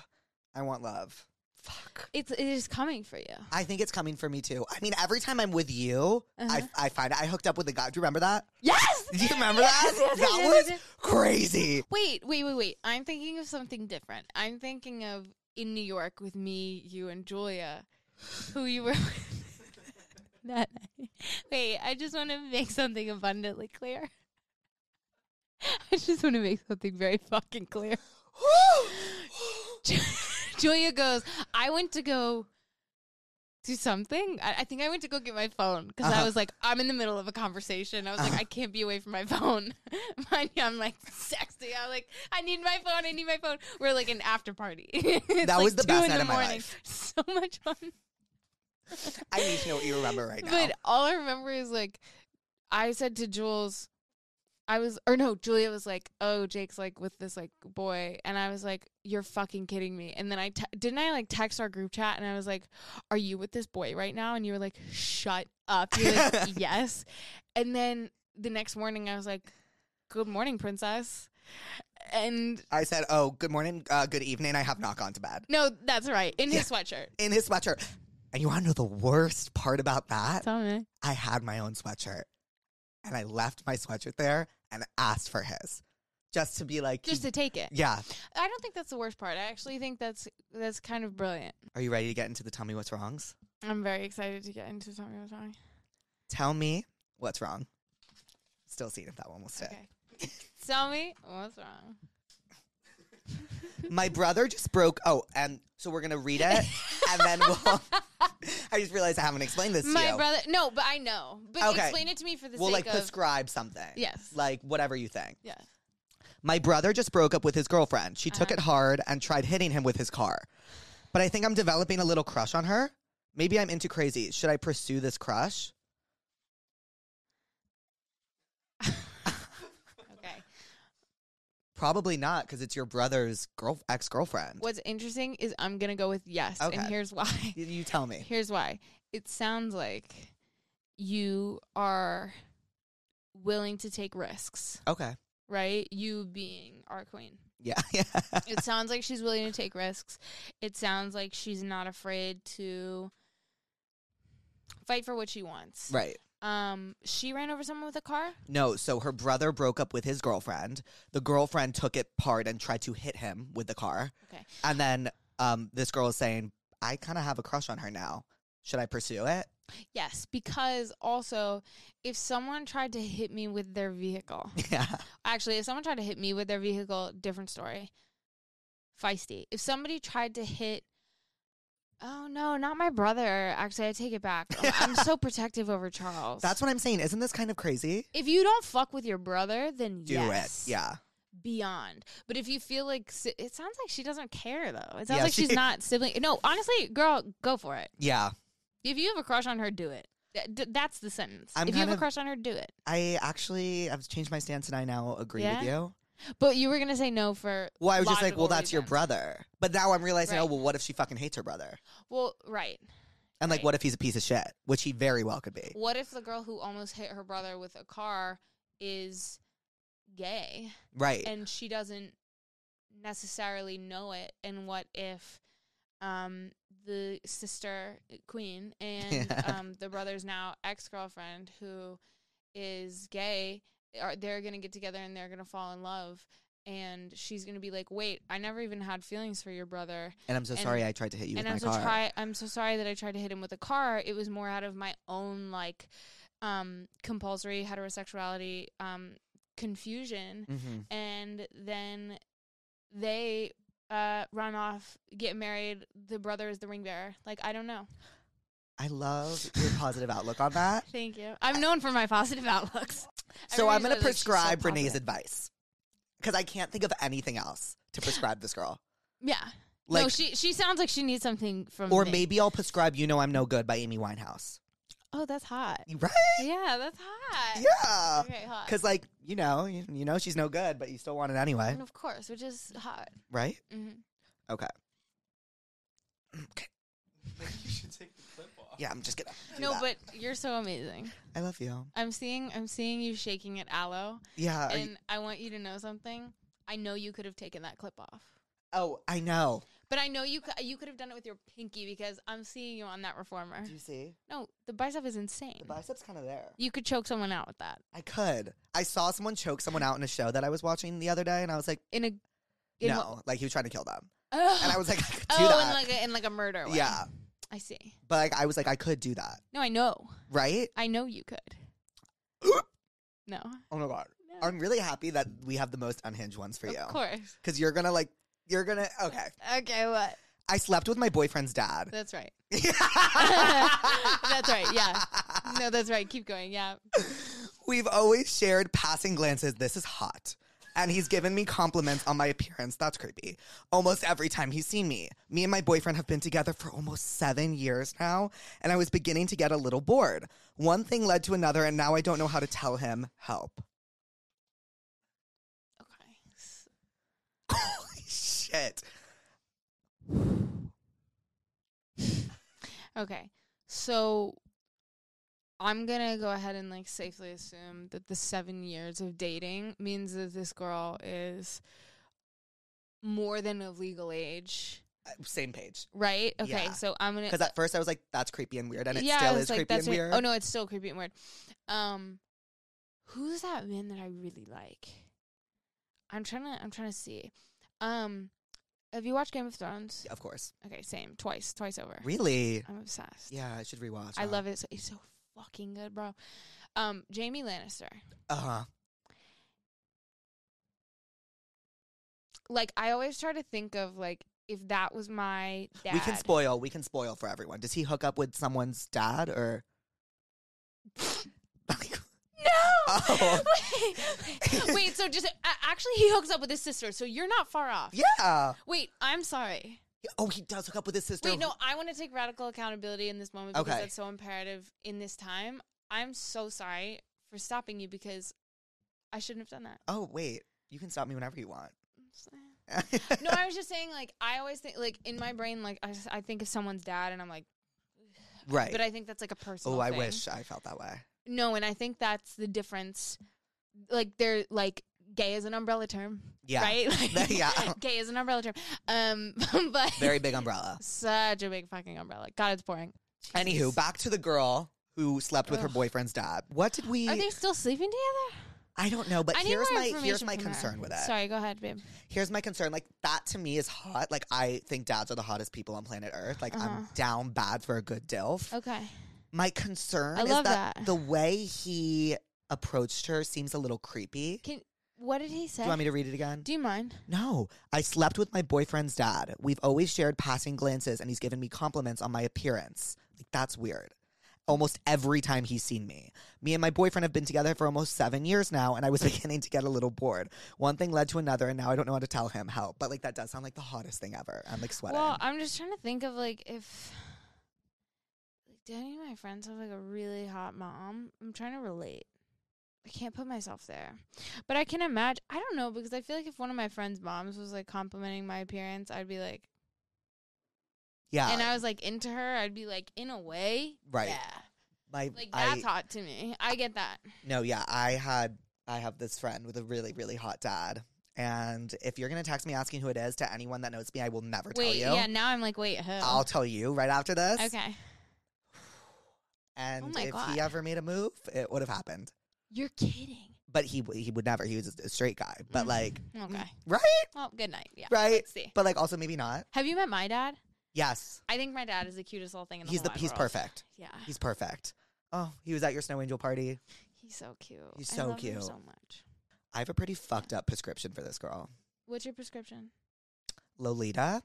[SPEAKER 1] I want love. Fuck.
[SPEAKER 2] It's it is coming for you.
[SPEAKER 1] I think it's coming for me too. I mean, every time I'm with you,
[SPEAKER 2] Uh-huh.
[SPEAKER 1] I, I find I hooked up with a guy. Do you remember that?
[SPEAKER 2] Yes. <laughs>
[SPEAKER 1] Do you remember
[SPEAKER 2] Yes,
[SPEAKER 1] that?
[SPEAKER 2] yes, yes,
[SPEAKER 1] that
[SPEAKER 2] yes,
[SPEAKER 1] was
[SPEAKER 2] yes.
[SPEAKER 1] crazy.
[SPEAKER 2] Wait, wait, wait, wait. I'm thinking of something different. I'm thinking of in New York with me, you, and Julia, who you were with <laughs> that night. Wait, I just want to make something abundantly clear. I just want to make something very fucking <gasps> clear. <laughs> Ju- Julia goes, I went to go do something. I, I think I went to go get my phone because I
[SPEAKER 1] Uh-huh.
[SPEAKER 2] was like, I'm in the middle of a conversation. I was like, I can't be away from my phone. <laughs> Mind you, I'm like sexy. I'm like, I need my phone. I need my phone. We're like an after party. <laughs> It's,
[SPEAKER 1] That was
[SPEAKER 2] like,
[SPEAKER 1] the
[SPEAKER 2] two
[SPEAKER 1] best
[SPEAKER 2] in
[SPEAKER 1] night
[SPEAKER 2] the
[SPEAKER 1] of my
[SPEAKER 2] morning.
[SPEAKER 1] life.
[SPEAKER 2] <laughs> So much fun.
[SPEAKER 1] I need to know what you remember right now.
[SPEAKER 2] But all I remember is like, I said to Jules, I was, or no, Julia was like, oh, Jake's like with this like boy. And I was like, you're fucking kidding me. And then I, te- didn't I like text our group chat and I was like, are you with this boy right now? And you were like, shut up. You're like, yes. And then the next morning I was like, good morning, princess. And
[SPEAKER 1] I said, "Oh, good morning, uh, good evening." I have not gone to bed
[SPEAKER 2] no, that's right. In his sweatshirt.
[SPEAKER 1] in his sweatshirt. And you want to know the worst part about that?
[SPEAKER 2] Tell me.
[SPEAKER 1] I had my own sweatshirt, and I left my sweatshirt there and asked for his, just to be like,
[SPEAKER 2] Just to take it.
[SPEAKER 1] yeah.
[SPEAKER 2] I don't think that's the worst part. I actually think that's that's kind of brilliant.
[SPEAKER 1] Are you ready to get into the tell me what's wrongs?
[SPEAKER 2] I'm very excited to get into something that's wrong.
[SPEAKER 1] Tell me what's wrong. Still seeing if that one will stick.
[SPEAKER 2] Okay. <laughs> Tell me what's wrong.
[SPEAKER 1] My brother just broke. Oh, and so we're gonna read
[SPEAKER 2] <laughs>
[SPEAKER 1] it, and then we'll. <laughs> I just realized I haven't explained this to
[SPEAKER 2] My
[SPEAKER 1] you.
[SPEAKER 2] brother. No, but I know. But
[SPEAKER 1] Okay.
[SPEAKER 2] explain it to me for the
[SPEAKER 1] we'll
[SPEAKER 2] sake
[SPEAKER 1] like
[SPEAKER 2] of.
[SPEAKER 1] prescribe something.
[SPEAKER 2] Yes.
[SPEAKER 1] Like whatever you think.
[SPEAKER 2] yeah.
[SPEAKER 1] My brother just broke up with his girlfriend. She took it hard and tried hitting him with his car. But I think I'm developing a little crush on her. Maybe I'm into crazy. Should I pursue this crush?
[SPEAKER 2] Okay.
[SPEAKER 1] Probably not, because it's your brother's girl ex girlfriend.
[SPEAKER 2] What's interesting is I'm gonna go with yes,
[SPEAKER 1] Okay.
[SPEAKER 2] and
[SPEAKER 1] <laughs>
[SPEAKER 2] here's why.
[SPEAKER 1] You, you tell me.
[SPEAKER 2] Here's why. It sounds like you are willing to take risks,
[SPEAKER 1] Okay.
[SPEAKER 2] right? You being our queen.
[SPEAKER 1] Yeah. <laughs> Yeah.
[SPEAKER 2] it sounds like she's willing to take risks. It sounds like she's not afraid to fight for what she wants.
[SPEAKER 1] right.
[SPEAKER 2] Um, she ran over someone with a car.
[SPEAKER 1] No, so her brother broke up with his girlfriend. The girlfriend took it hard and tried to hit him with the car.
[SPEAKER 2] Okay.
[SPEAKER 1] And then um, this girl is saying, I kind of have a crush on her now. Should I pursue it? <laughs>
[SPEAKER 2] Yes, because also, if someone tried to hit me with their vehicle,
[SPEAKER 1] Yeah.
[SPEAKER 2] actually, if someone tried to hit me with their vehicle, different story. Feisty. If somebody tried to hit, oh no, not my brother. Actually, I take
[SPEAKER 1] <laughs>
[SPEAKER 2] it back. I'm so protective over Charles.
[SPEAKER 1] That's what I'm saying. Isn't this kind of crazy?
[SPEAKER 2] if you don't fuck with your brother, then
[SPEAKER 1] Do
[SPEAKER 2] yes.
[SPEAKER 1] it. Yeah.
[SPEAKER 2] beyond. But if you feel like si- it sounds like she doesn't care though. It sounds
[SPEAKER 1] Yeah,
[SPEAKER 2] like she's
[SPEAKER 1] she-
[SPEAKER 2] not sibling. No, honestly, girl, go for it.
[SPEAKER 1] Yeah.
[SPEAKER 2] If you have a crush on her, do it. Th- th- that's the sentence.
[SPEAKER 1] I'm
[SPEAKER 2] if you have
[SPEAKER 1] kind
[SPEAKER 2] a
[SPEAKER 1] of-
[SPEAKER 2] crush on her, do it.
[SPEAKER 1] I actually I've changed my stance and I now agree
[SPEAKER 2] Yeah?
[SPEAKER 1] with you.
[SPEAKER 2] But you were gonna say no for
[SPEAKER 1] Well, I was just like, well,
[SPEAKER 2] logical
[SPEAKER 1] that's your
[SPEAKER 2] reasons.
[SPEAKER 1] brother. But now I'm realizing,
[SPEAKER 2] Right.
[SPEAKER 1] oh, well, what if she fucking hates her brother?
[SPEAKER 2] Well, right.
[SPEAKER 1] And like,
[SPEAKER 2] Right.
[SPEAKER 1] what if he's a piece of shit? Which he very well could be.
[SPEAKER 2] What if the girl who almost hit her brother with a car is gay
[SPEAKER 1] Right.
[SPEAKER 2] and she doesn't necessarily know it? And what if um the sister queen and
[SPEAKER 1] <laughs> Yeah.
[SPEAKER 2] um the brother's now ex girlfriend who is gay are they're gonna get together and they're gonna fall in love and she's gonna be like, Wait, I never even had feelings for your brother
[SPEAKER 1] and I'm so
[SPEAKER 2] and-
[SPEAKER 1] sorry I tried to hit you
[SPEAKER 2] and
[SPEAKER 1] with
[SPEAKER 2] I'm
[SPEAKER 1] my
[SPEAKER 2] so
[SPEAKER 1] car.
[SPEAKER 2] try I'm so sorry that I tried to hit him with a car. It was more out of my own like um compulsory heterosexuality um confusion
[SPEAKER 1] hmm
[SPEAKER 2] and then they uh run off, get married, the brother is the ring bearer. Like I don't know.
[SPEAKER 1] I love your positive outlook on
[SPEAKER 2] <laughs>
[SPEAKER 1] that.
[SPEAKER 2] Thank you. I'm known for my positive <laughs> outlooks.
[SPEAKER 1] So I'm going
[SPEAKER 2] Everybody's
[SPEAKER 1] to
[SPEAKER 2] always like, "She's so
[SPEAKER 1] prescribe Renee's
[SPEAKER 2] confident."
[SPEAKER 1] advice because I can't think of anything else to prescribe this girl.
[SPEAKER 2] Yeah.
[SPEAKER 1] Like,
[SPEAKER 2] no, she she sounds like she needs something from
[SPEAKER 1] or
[SPEAKER 2] me.
[SPEAKER 1] maybe I'll prescribe "You Know I'm No Good" by Amy Winehouse.
[SPEAKER 2] Oh,
[SPEAKER 1] <laughs>
[SPEAKER 2] that's hot.
[SPEAKER 1] Right?
[SPEAKER 2] Yeah, that's hot.
[SPEAKER 1] Yeah.
[SPEAKER 2] Okay, hot.
[SPEAKER 1] Because like you know, you, you know she's no good, but you still want it anyway,
[SPEAKER 2] and of course, which is hot.
[SPEAKER 1] right? <clears throat>
[SPEAKER 2] hmm
[SPEAKER 1] Okay.
[SPEAKER 3] Maybe you should take the clip off.
[SPEAKER 1] Yeah, I'm just gonna. do
[SPEAKER 2] No,
[SPEAKER 1] that.
[SPEAKER 2] but you're so amazing.
[SPEAKER 1] I love you.
[SPEAKER 2] I'm seeing I'm seeing you shaking at aloe,
[SPEAKER 1] Yeah. are you-
[SPEAKER 2] and I want you to know something. I know you could have taken that clip off,
[SPEAKER 1] oh, I know.
[SPEAKER 2] but I know you cou- you could have done it with your pinky because I'm seeing you on that reformer.
[SPEAKER 1] Do you see
[SPEAKER 2] No, the bicep is insane.
[SPEAKER 1] the biceps kind of there?
[SPEAKER 2] You could choke someone out with that
[SPEAKER 1] I could. I saw someone choke someone out in a show that I was watching the other day, and I was like,
[SPEAKER 2] in a in
[SPEAKER 1] no,
[SPEAKER 2] what-
[SPEAKER 1] like he was trying to kill them,
[SPEAKER 2] oh,
[SPEAKER 1] and I was like, I
[SPEAKER 2] <laughs>
[SPEAKER 1] could do
[SPEAKER 2] oh, in
[SPEAKER 1] that.
[SPEAKER 2] like a, in like a murder. Way.
[SPEAKER 1] yeah,
[SPEAKER 2] I see.
[SPEAKER 1] but like I was like, I could do that,
[SPEAKER 2] No, I know,
[SPEAKER 1] right?
[SPEAKER 2] I know
[SPEAKER 1] <gasps>
[SPEAKER 2] you could. no,
[SPEAKER 1] Oh my god,
[SPEAKER 2] No.
[SPEAKER 1] I'm really happy that we have the most unhinged ones for
[SPEAKER 2] of
[SPEAKER 1] you,
[SPEAKER 2] course.
[SPEAKER 1] because you're gonna like, you're gonna okay.
[SPEAKER 2] Okay, what?
[SPEAKER 1] I slept with my boyfriend's dad. <laughs>
[SPEAKER 2] That's right. <laughs>
[SPEAKER 1] That's
[SPEAKER 2] right, yeah. No, that's right. Keep going. Yeah.
[SPEAKER 1] <laughs> We've always shared passing glances. This is hot. And he's given me compliments on my appearance. That's creepy. Almost every time he's seen me. Me and my boyfriend have been together for almost seven years now, and I was beginning to get a little bored. One thing led to another, and now I don't know how to tell him help. <laughs>
[SPEAKER 2] Okay.
[SPEAKER 1] <laughs>
[SPEAKER 2] S-
[SPEAKER 1] Holy shit.
[SPEAKER 2] Okay. So I'm going to go ahead and like safely assume that the 7 years of dating means that this girl is more than of legal age,
[SPEAKER 1] Uh, Same page.
[SPEAKER 2] right? Okay.
[SPEAKER 1] Yeah.
[SPEAKER 2] So I'm going
[SPEAKER 1] Because at first I was like, that's creepy and weird, and it
[SPEAKER 2] I
[SPEAKER 1] still
[SPEAKER 2] was
[SPEAKER 1] is creepy and
[SPEAKER 2] what-
[SPEAKER 1] weird.
[SPEAKER 2] Oh no, it's still creepy and weird. Um who's that man that I really like? I'm trying to I'm trying to see. Um have you watched Game of Thrones?
[SPEAKER 1] Of course.
[SPEAKER 2] Okay, same. Twice, twice over.
[SPEAKER 1] Really?
[SPEAKER 2] I'm obsessed.
[SPEAKER 1] Yeah, I should rewatch.
[SPEAKER 2] I love it. So, it's so fucking good, bro. Um, Jamie Lannister.
[SPEAKER 1] Uh huh.
[SPEAKER 2] Like I always try to think of like if that was my dad.
[SPEAKER 1] We can spoil. We can spoil for everyone. Does he hook up with someone's dad or?
[SPEAKER 2] <laughs>
[SPEAKER 1] <laughs>
[SPEAKER 2] No.
[SPEAKER 1] Oh.
[SPEAKER 2] <laughs> Wait, wait, so just uh, actually, he hooks up with his sister, so you're not far off. <laughs>
[SPEAKER 1] yeah.
[SPEAKER 2] Wait, I'm sorry.
[SPEAKER 1] Oh, he does hook up with his sister.
[SPEAKER 2] Wait, no, I want to take radical accountability in this moment because
[SPEAKER 1] Okay.
[SPEAKER 2] that's so imperative in this time. I'm so sorry for stopping you because I shouldn't have done that.
[SPEAKER 1] Oh wait, you can stop me whenever you want.
[SPEAKER 2] I'm sorry. no, I was just saying, like, I always think, like, in my brain, like, I, just, I think of someone's dad, and I'm like,
[SPEAKER 1] <laughs> right.
[SPEAKER 2] but I think that's like a personal.
[SPEAKER 1] oh, I
[SPEAKER 2] thing.
[SPEAKER 1] wish I felt that way.
[SPEAKER 2] No, and I think that's the difference. Like, they're like gay is an umbrella term,
[SPEAKER 1] Yeah. <laughs>
[SPEAKER 2] right? <laughs> Like,
[SPEAKER 1] Yeah.
[SPEAKER 2] gay is an umbrella term. Um, <laughs> but
[SPEAKER 1] Very big
[SPEAKER 2] <laughs>
[SPEAKER 1] umbrella.
[SPEAKER 2] such a big fucking umbrella. God, it's boring.
[SPEAKER 1] Anywho,
[SPEAKER 2] Jesus.
[SPEAKER 1] back to the girl who slept with her
[SPEAKER 2] Ugh.
[SPEAKER 1] boyfriend's dad. What did we?
[SPEAKER 2] are they still sleeping together?
[SPEAKER 1] I don't know, but
[SPEAKER 2] I need
[SPEAKER 1] here's
[SPEAKER 2] more
[SPEAKER 1] my here's
[SPEAKER 2] information
[SPEAKER 1] my
[SPEAKER 2] from her.
[SPEAKER 1] concern with it.
[SPEAKER 2] Sorry, go ahead, babe.
[SPEAKER 1] Here's my concern. Like that to me is hot. Like I think dads are the hottest people on planet Earth. Like I'm
[SPEAKER 2] Uh-huh.
[SPEAKER 1] down bad for a good dilf.
[SPEAKER 2] Okay,
[SPEAKER 1] My concern
[SPEAKER 2] I
[SPEAKER 1] is
[SPEAKER 2] love
[SPEAKER 1] that,
[SPEAKER 2] that.
[SPEAKER 1] the way he approached her seems a little creepy.
[SPEAKER 2] can what did he
[SPEAKER 1] Do
[SPEAKER 2] say?
[SPEAKER 1] you want me to read it again?
[SPEAKER 2] Do you mind?
[SPEAKER 1] No, I slept with my boyfriend's dad. We've always shared passing glances, and he's given me compliments on my appearance. Like, that's weird. almost every time he's seen me. Me and my boyfriend have been together for almost seven years now, and I was <laughs> beginning to get a little bored. One thing led to another, and now I don't know how to tell him help. But like that does sound like the hottest thing ever. I'm like sweating.
[SPEAKER 2] Well, I'm just trying to think of like if like do any of my friends have like a really hot mom? I'm trying to relate. I can't put myself there. But I can imagine I don't know because I feel like if one of my friends' moms was like complimenting my appearance, I'd be like
[SPEAKER 1] yeah,
[SPEAKER 2] and I was like into her, I'd be like, in a way.
[SPEAKER 1] Uh, Right.
[SPEAKER 2] Yeah.
[SPEAKER 1] my
[SPEAKER 2] Like
[SPEAKER 1] I-
[SPEAKER 2] that's hot to me. I get that.
[SPEAKER 1] No, yeah, I had I have this friend with a really really hot dad, and if you're gonna text me asking who it is to anyone that knows me, I will never tell
[SPEAKER 2] Wait,
[SPEAKER 1] you.
[SPEAKER 2] yeah, now I'm like, wait, who?
[SPEAKER 1] I'll tell you right after this.
[SPEAKER 2] okay. Oh
[SPEAKER 1] And
[SPEAKER 2] my
[SPEAKER 1] if
[SPEAKER 2] God.
[SPEAKER 1] he ever made a move, it would have happened.
[SPEAKER 2] You're kidding.
[SPEAKER 1] But he w- he would never. He was a, a straight guy. But
[SPEAKER 2] Mhm. <laughs>
[SPEAKER 1] like,
[SPEAKER 2] Okay.
[SPEAKER 1] right,
[SPEAKER 2] Well, good night. Yeah.
[SPEAKER 1] right.
[SPEAKER 2] Let's see.
[SPEAKER 1] But like, also maybe not.
[SPEAKER 2] Have you met my dad?
[SPEAKER 1] Yes,
[SPEAKER 2] I think my dad is the cutest little thing in the
[SPEAKER 1] he's
[SPEAKER 2] whole
[SPEAKER 1] the
[SPEAKER 2] wide
[SPEAKER 1] he's
[SPEAKER 2] world.
[SPEAKER 1] perfect.
[SPEAKER 2] Yeah.
[SPEAKER 1] He's perfect. Oh, he was at your snow angel party.
[SPEAKER 2] He's so cute.
[SPEAKER 1] He's
[SPEAKER 2] I
[SPEAKER 1] so
[SPEAKER 2] love him
[SPEAKER 1] cute.
[SPEAKER 2] so much.
[SPEAKER 1] I have a pretty fucked up prescription for this girl,
[SPEAKER 2] What's your prescription?
[SPEAKER 1] Lolita.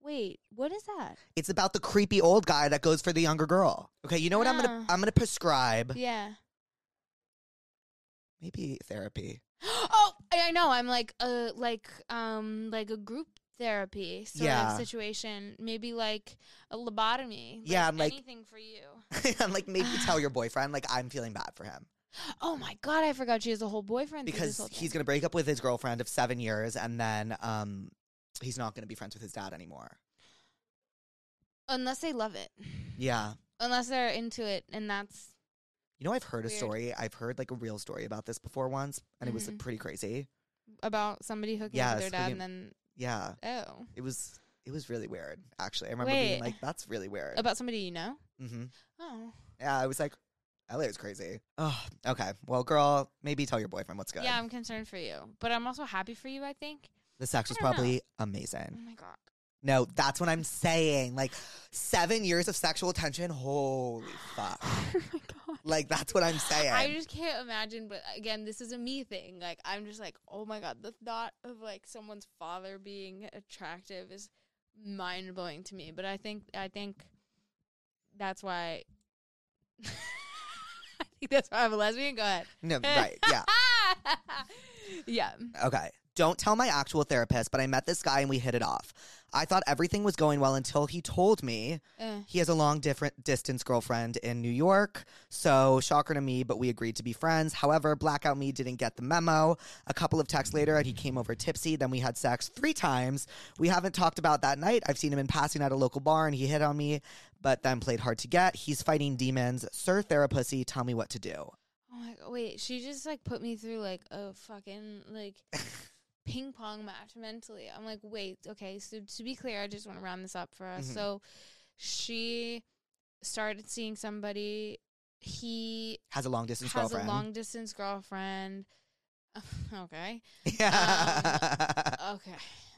[SPEAKER 2] Wait, what is
[SPEAKER 1] <laughs>
[SPEAKER 2] that?
[SPEAKER 1] It's about the creepy old guy that goes for the younger girl. Okay, you know what? I'm gonna
[SPEAKER 2] Ah.
[SPEAKER 1] I'm gonna prescribe.
[SPEAKER 2] Yeah.
[SPEAKER 1] Maybe therapy. <laughs>
[SPEAKER 2] oh, I I know. I'm like uh like um like a group therapy sort
[SPEAKER 1] Yeah.
[SPEAKER 2] of situation. Maybe like a lobotomy.
[SPEAKER 1] Yeah, I'm like-
[SPEAKER 2] anything for you.
[SPEAKER 1] and like maybe tell
[SPEAKER 2] <sighs>
[SPEAKER 1] your boyfriend like I'm feeling bad for him
[SPEAKER 2] Oh my god, I forgot she has a whole boyfriend through this
[SPEAKER 1] because
[SPEAKER 2] whole
[SPEAKER 1] he's
[SPEAKER 2] thing.
[SPEAKER 1] going to break up with his girlfriend of 7 years and then um he's not going to be friends with his dad anymore.
[SPEAKER 2] unless they love it.
[SPEAKER 1] Yeah.
[SPEAKER 2] Unless they're into it and that's
[SPEAKER 1] You know I've heard a
[SPEAKER 2] Weird.
[SPEAKER 1] story. I've heard like a real story about this before once and it was like,
[SPEAKER 2] Mhm.
[SPEAKER 1] pretty crazy.
[SPEAKER 2] about somebody hooking
[SPEAKER 1] Yeah,
[SPEAKER 2] up with
[SPEAKER 1] it's
[SPEAKER 2] their dad
[SPEAKER 1] hooking-
[SPEAKER 2] and then
[SPEAKER 1] Yeah.
[SPEAKER 2] oh.
[SPEAKER 1] It was it was really weird actually. I remember being
[SPEAKER 2] Wait.
[SPEAKER 1] like that's really weird.
[SPEAKER 2] About somebody you know?
[SPEAKER 1] mhm.
[SPEAKER 2] Oh.
[SPEAKER 1] Yeah, I was like LA is crazy. Oh, okay. Well, girl, maybe tell your boyfriend what's good.
[SPEAKER 2] Yeah, I'm concerned for you. But I'm also happy for you, I think.
[SPEAKER 1] the sex
[SPEAKER 2] I
[SPEAKER 1] was
[SPEAKER 2] don't know.
[SPEAKER 1] probably
[SPEAKER 2] Oh
[SPEAKER 1] amazing.
[SPEAKER 2] my god.
[SPEAKER 1] No, that's what I'm saying. Like seven years of sexual tension. Holy fuck.
[SPEAKER 2] <laughs> oh my god.
[SPEAKER 1] Like that's what I'm saying.
[SPEAKER 2] I just can't imagine, but again, this is a me thing. Like I'm just like, oh my god, the thought of like someone's father being attractive is mind blowing to me. But I think I think that's why <laughs> I think that's why I'm a lesbian. Go ahead. <laughs>
[SPEAKER 1] no, right? Yeah.
[SPEAKER 2] yeah.
[SPEAKER 1] Okay. Don't tell my actual therapist, but I met this guy and we hit it off. I thought everything was going well until he told me
[SPEAKER 2] Uh,
[SPEAKER 1] he has a long different distance girlfriend in New York. So shocker to me, but we agreed to be friends. However, blackout me didn't get the memo. A couple of texts later, he came over tipsy. Then we had sex three times. We haven't talked about that night. I've seen him in passing at a local bar, and he hit on me, but then played hard to get. He's fighting demons. Sir Therapussy, tell me what to do.
[SPEAKER 2] oh my god. Wait, she just like put me through like a fucking
[SPEAKER 1] <laughs>
[SPEAKER 2] like ping pong match mentally. I'm like, wait, okay. So to be clear, I just want to round this up for us.
[SPEAKER 1] Mhm.
[SPEAKER 2] So she started seeing somebody. He
[SPEAKER 1] Has a long distance
[SPEAKER 2] has
[SPEAKER 1] girlfriend.
[SPEAKER 2] a long distance girlfriend. <laughs> okay.
[SPEAKER 1] <laughs>
[SPEAKER 2] <laughs>
[SPEAKER 1] Yeah.
[SPEAKER 2] Okay.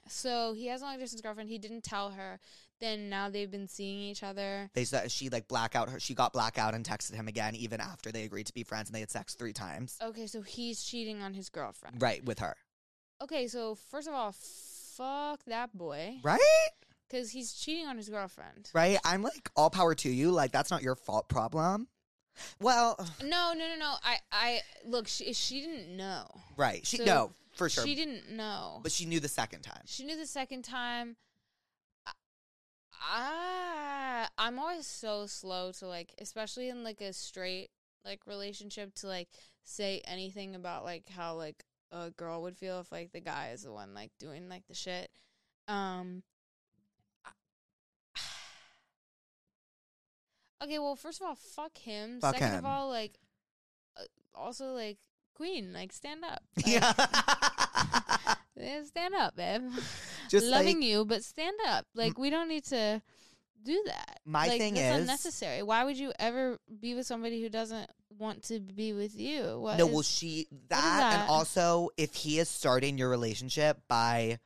[SPEAKER 2] So he has a long distance girlfriend. He didn't tell her. Then now they've been seeing each other.
[SPEAKER 1] they said she like blackout her. She got blackout and texted him again, even after they agreed to be friends and they had sex three times.
[SPEAKER 2] Okay, so he's cheating on his girlfriend.
[SPEAKER 1] Right with her.
[SPEAKER 2] Okay, so first of all, fuck that boy.
[SPEAKER 1] Right.
[SPEAKER 2] Because he's cheating on his girlfriend.
[SPEAKER 1] Right. I'm like all power to you. Like that's not your fault. Problem. Well,
[SPEAKER 2] No, no, no, no. I, I look. She, she didn't know.
[SPEAKER 1] right. She
[SPEAKER 2] So,
[SPEAKER 1] no for sure,
[SPEAKER 2] She didn't know.
[SPEAKER 1] but she knew the second time.
[SPEAKER 2] she knew the second time. I- I, I'm always so slow to like, especially in like a straight like relationship, to like say anything about like how like a girl would feel if like the guy is the one like doing like the shit. Um. I- <sighs> Okay, well, first of all, fuck him.
[SPEAKER 1] Fuck
[SPEAKER 2] Second
[SPEAKER 1] him.
[SPEAKER 2] of all, like, uh, also like Queen, like stand up.
[SPEAKER 1] <laughs>
[SPEAKER 2] Like,
[SPEAKER 1] Yeah.
[SPEAKER 2] Eh, Stand up, babe.
[SPEAKER 1] Just
[SPEAKER 2] Loving
[SPEAKER 1] like
[SPEAKER 2] you, but stand up. Like we don't need to do that.
[SPEAKER 1] my
[SPEAKER 2] like,
[SPEAKER 1] thing
[SPEAKER 2] that's
[SPEAKER 1] is
[SPEAKER 2] unnecessary. Why would you ever be with somebody who doesn't want to be with you? What
[SPEAKER 1] no.
[SPEAKER 2] is-
[SPEAKER 1] Well, she that,
[SPEAKER 2] that?
[SPEAKER 1] and also if he is starting your relationship by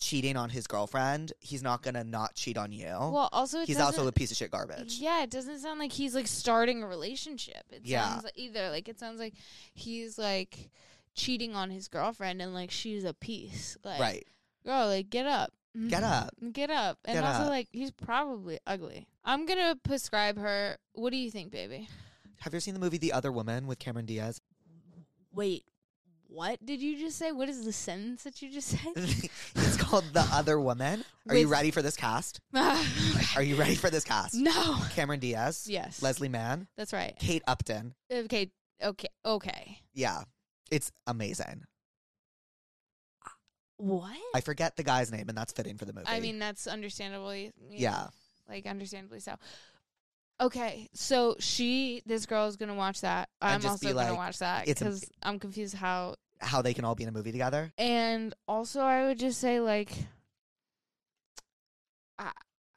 [SPEAKER 1] cheating on his girlfriend, he's not gonna not cheat on you.
[SPEAKER 2] well, also it
[SPEAKER 1] he's also a
[SPEAKER 2] doesn't-
[SPEAKER 1] piece of shit garbage.
[SPEAKER 2] yeah. It doesn't sound like he's like starting a relationship. It
[SPEAKER 1] Yeah.
[SPEAKER 2] sounds like either like it sounds like he's like cheating on his girlfriend and like she's a piece. Like,
[SPEAKER 1] Right.
[SPEAKER 2] girl, like get up, Mm-hmm.
[SPEAKER 1] Get up.
[SPEAKER 2] get up, and
[SPEAKER 1] Get
[SPEAKER 2] also
[SPEAKER 1] up.
[SPEAKER 2] like he's probably ugly. I'm gonna prescribe her. What do you think, baby?
[SPEAKER 1] Have you ever seen the movie The Other Woman with Cameron Diaz? <laughs>
[SPEAKER 2] Wait, what did you just say? What is the sentence that you just said?
[SPEAKER 1] <laughs>
[SPEAKER 2] <laughs>
[SPEAKER 1] it's called The Other Woman. Are you
[SPEAKER 2] With-
[SPEAKER 1] ready for this cast? Are you ready for this cast?
[SPEAKER 2] no.
[SPEAKER 1] Cameron Diaz.
[SPEAKER 2] Yes.
[SPEAKER 1] Leslie Mann.
[SPEAKER 2] That's right.
[SPEAKER 1] Kate Upton.
[SPEAKER 2] Okay. Okay. Okay.
[SPEAKER 1] Yeah. It's amazing.
[SPEAKER 2] What?
[SPEAKER 1] I forget the guy's name, and that's fitting for the movie.
[SPEAKER 2] I mean, that's understandably.
[SPEAKER 1] yeah.
[SPEAKER 2] Like understandably so. Okay, so she, this girl is gonna watch that.
[SPEAKER 1] And
[SPEAKER 2] I'm
[SPEAKER 1] just
[SPEAKER 2] also
[SPEAKER 1] be
[SPEAKER 2] gonna
[SPEAKER 1] like,
[SPEAKER 2] watch that
[SPEAKER 1] it's a-
[SPEAKER 2] because I'm confused how.
[SPEAKER 1] How they can all be in a movie together.
[SPEAKER 2] And also, I would just say like, I, <sighs>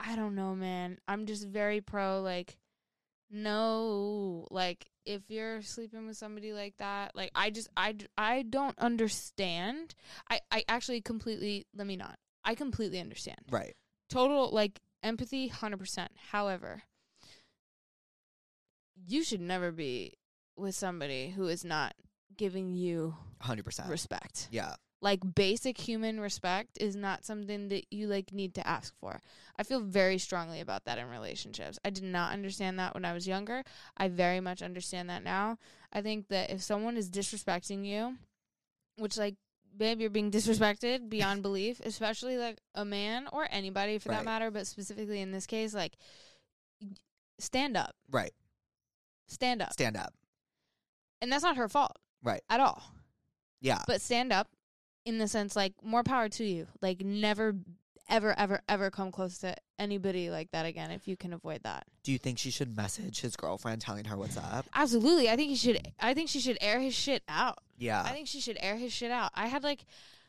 [SPEAKER 2] I don't know, man. I'm just very pro like, no, like if you're sleeping with somebody like that, like I just I d- I don't understand. I I actually completely let me not. I completely understand
[SPEAKER 1] Right.
[SPEAKER 2] total like empathy 100% however you should never be with somebody who is not giving you
[SPEAKER 1] 100%.
[SPEAKER 2] respect
[SPEAKER 1] yeah.
[SPEAKER 2] like basic human respect is not something that you like need to ask for i feel very strongly about that in relationships i did not understand that when i was younger i very much understand that now i think that if someone is disrespecting you which like babe you're being disrespected beyond belief especially like a man or anybody for
[SPEAKER 1] Right.
[SPEAKER 2] that matter but specifically in this case like stand up
[SPEAKER 1] Right.
[SPEAKER 2] stand up
[SPEAKER 1] Stand up.
[SPEAKER 2] and that's not her fault
[SPEAKER 1] Right.
[SPEAKER 2] at all
[SPEAKER 1] Yeah.
[SPEAKER 2] but stand up in the sense like more power to you like never ever ever ever come close to anybody like that again if you can avoid that
[SPEAKER 1] Do you think she should message his girlfriend telling her what's up?
[SPEAKER 2] absolutely i think he should i think she should air his shit out
[SPEAKER 1] Yeah.
[SPEAKER 2] i think she should air his shit out i had like